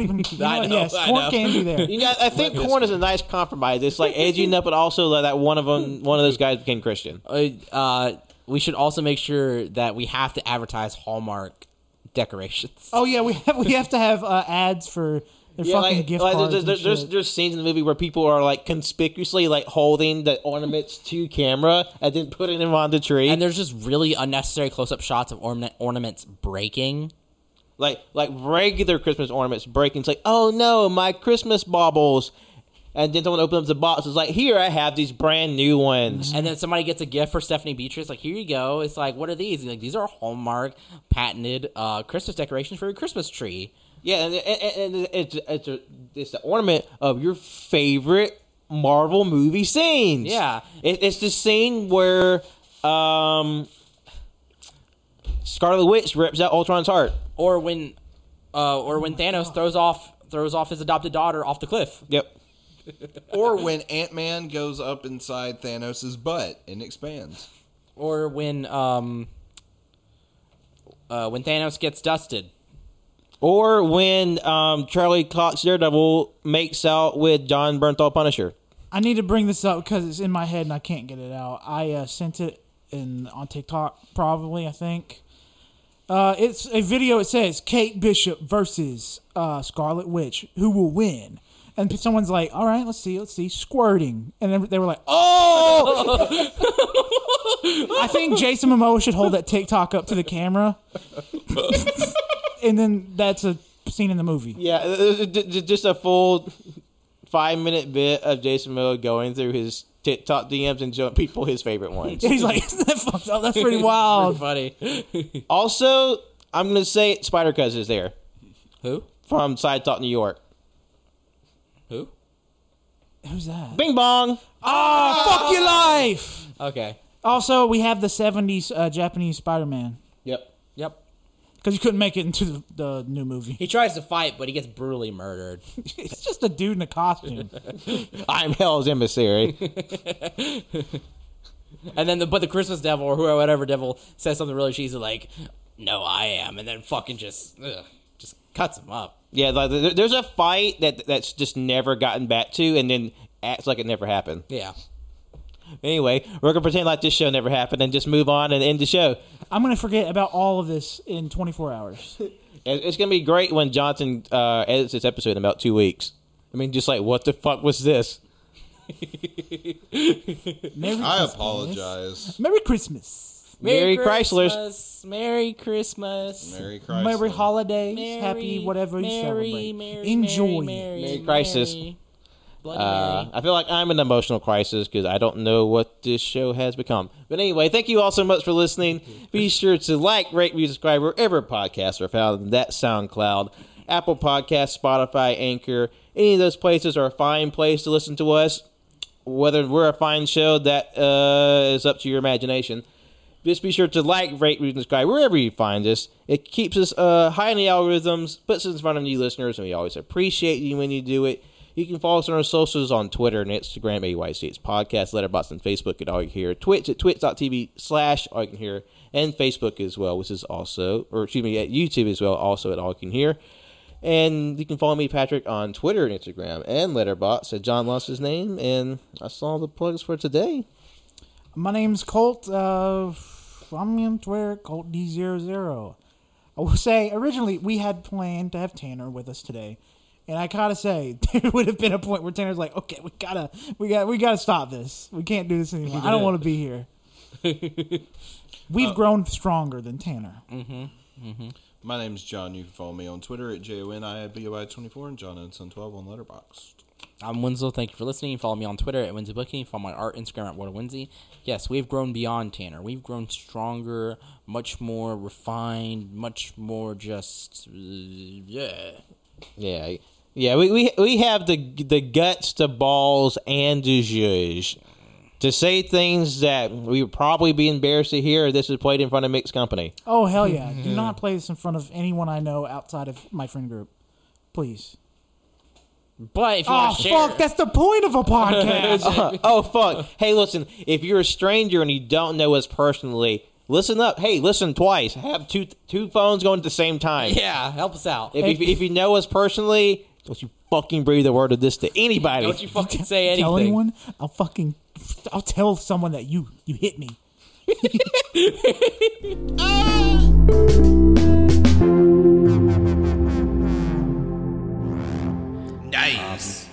Speaker 3: even. You know,
Speaker 5: I
Speaker 3: what?
Speaker 5: know,
Speaker 3: yes,
Speaker 5: I
Speaker 3: corn
Speaker 5: know.
Speaker 3: candy there.
Speaker 4: You know, I think corn is a nice compromise. It's like edgy enough, but also like that one of them, one of those guys became Christian.
Speaker 5: Uh, uh, we should also make sure that we have to advertise Hallmark decorations.
Speaker 3: Oh yeah, we have we have to have uh, ads for They're
Speaker 4: Yeah,
Speaker 3: fucking
Speaker 4: like,
Speaker 3: gift
Speaker 4: like,
Speaker 3: cards.
Speaker 4: there's, there's,
Speaker 3: and
Speaker 4: there's,
Speaker 3: shit.
Speaker 4: there's scenes in the movie where people are like conspicuously like holding the ornaments to camera and then putting them on the tree.
Speaker 5: And there's just really unnecessary close up shots of ornament, ornaments breaking.
Speaker 4: like like regular Christmas ornaments breaking. It's like, oh no, my Christmas baubles. And then someone opens up the box. It's like, here I have these brand new
Speaker 3: Mm-hmm.
Speaker 4: ones.
Speaker 5: And then somebody gets a gift for Stephanie Beatrice, like, here you go. It's like, what are these? Like, these are Hallmark patented uh, Christmas decorations for your Christmas tree.
Speaker 4: Yeah, and, and, and it's it's a, it's the ornament of your favorite Marvel movie scenes.
Speaker 5: Yeah.
Speaker 4: it, it's the scene where um, Scarlet Witch rips out Ultron's heart.
Speaker 5: Or when uh, or when Thanos throws off throws off his adopted daughter off the cliff.
Speaker 4: Yep.
Speaker 6: Or when Ant Man goes up inside Thanos' butt and expands.
Speaker 5: Or when um uh, when Thanos gets dusted.
Speaker 4: Or when um, Charlie Cox Daredevil makes out with John Bernthal Punisher.
Speaker 3: I need to bring this up because it's in my head and I can't get it out. I uh, sent it in on TikTok, probably. I think uh, it's a video. It says Kate Bishop versus uh, Scarlet Witch. Who will win? And someone's like, "All right, let's see, let's see." Squirting, and then they were like, "Oh!" I think Jason Momoa should hold that TikTok up to the camera, and then that's a scene in the movie.
Speaker 4: Yeah, uh, th- th- th- just a full five minute bit of Jason Momoa going through his TikTok DMs and showing people his favorite ones.
Speaker 3: He's like, "That fucked up. That's pretty
Speaker 5: Pretty
Speaker 3: wild."
Speaker 5: funny.
Speaker 4: also, I'm gonna say Spider Cuz is there
Speaker 5: Who?
Speaker 4: from Side Talk New York.
Speaker 5: Who?
Speaker 3: Who's that?
Speaker 4: Bing bong.
Speaker 3: Fuck your life.
Speaker 5: Okay.
Speaker 3: Also, we have the 70s uh, Japanese Spider Man
Speaker 4: Yep.
Speaker 5: Yep.
Speaker 3: because you couldn't make it into the, the new movie.
Speaker 5: He tries to fight, but he gets brutally murdered.
Speaker 3: it's just a dude in a costume.
Speaker 4: I'm Hell's emissary.
Speaker 5: And then the but the Christmas devil or whoever whatever devil says something really cheesy like, "No, I am," and then fucking just ugh, just cuts him up.
Speaker 4: yeah, like there- there's a fight that that's just never gotten back to, and then acts like it never happened.
Speaker 5: Yeah.
Speaker 4: Anyway, we're gonna pretend like this show never happened and just move on and end the show.
Speaker 3: I'm going to forget about all of this in 24 hours.
Speaker 4: It- It's gonna be great when Johnson uh, edits this episode in about two weeks. I mean, just like what the fuck was this?
Speaker 3: Merry
Speaker 6: I
Speaker 3: Christmas.
Speaker 6: apologize.
Speaker 3: Merry Christmas.
Speaker 4: Merry Chrysler's.
Speaker 5: Christmas, Merry Christmas.
Speaker 6: Merry Christ.
Speaker 3: Merry holidays. Happy
Speaker 5: Merry-
Speaker 3: whatever you
Speaker 5: Merry,
Speaker 3: celebrate.
Speaker 5: Merry,
Speaker 3: Enjoy. it.
Speaker 5: Merry, Merry,
Speaker 4: Merry crisis.
Speaker 5: Merry. Bloody
Speaker 4: Uh,
Speaker 5: Mary.
Speaker 4: I feel like I'm in an emotional crisis because I don't know what this show has become. But anyway, thank you all so much for listening. Be sure to like, rate, review, subscribe wherever podcasts are found. and That's SoundCloud, Apple Podcasts, Spotify, Anchor. Any of those places are a fine place to listen to us. Whether we're a fine show, that uh, is up to your imagination. Just be sure to like, rate, review, and subscribe wherever you find us. It keeps us uh, high in the algorithms, puts us in front of new listeners, and we always appreciate you when you do it. You can follow us on our socials on Twitter and Instagram, AYC's Podcast, Letterboxd, and Facebook at All You Hear, Twitch at twitch.tv slash All You Can Hear, and Facebook as well, which is also, or excuse me, at YouTube as well, also at All You Can Hear. And you can follow me, Patrick, on Twitter and Instagram and Letterboxd at John lost his name. And I saw the plugs for today.
Speaker 3: My name's Colt. Uh, I'm on Twitter, Colt D00. I will say, originally, we had planned to have Tanner with us today. And I gotta say, there would have been a point where Tanner's like, "Okay, we gotta, we got, we gotta stop this. We can't do this anymore. I don't want to be here." We've grown stronger than Tanner.
Speaker 6: My name's John. You can follow me on Twitter at J O N I B O I 24 and John Ensign 12 on Letterboxd.
Speaker 5: I'm Winslow. Thank you for listening. You can Follow me on Twitter at Winslow Booking. Follow my art Instagram at Water Winsy. Yes, we've grown beyond Tanner. We've grown stronger, much more refined, much more just uh, yeah.
Speaker 4: Yeah, yeah. We, we we have the the guts, the balls, and the zhuzh to say things that we would probably be embarrassed to hear. if This is played in front of mixed company.
Speaker 3: Oh hell yeah! do not play this in front of anyone I know outside of my friend group, please.
Speaker 5: But if you
Speaker 3: Oh
Speaker 5: want to share,
Speaker 3: fuck! That's the point of a podcast.
Speaker 4: Uh, oh fuck! Hey, listen. If you're a stranger and you don't know us personally, listen up. Hey, listen twice. Have two two phones going at the same time.
Speaker 5: yeah, help us out.
Speaker 4: If, if, if you know us personally, don't you fucking breathe a word of this to anybody.
Speaker 5: Don't you fucking say anything.
Speaker 3: tell anyone, I'll fucking I'll tell someone that you you hit me.
Speaker 7: Nice.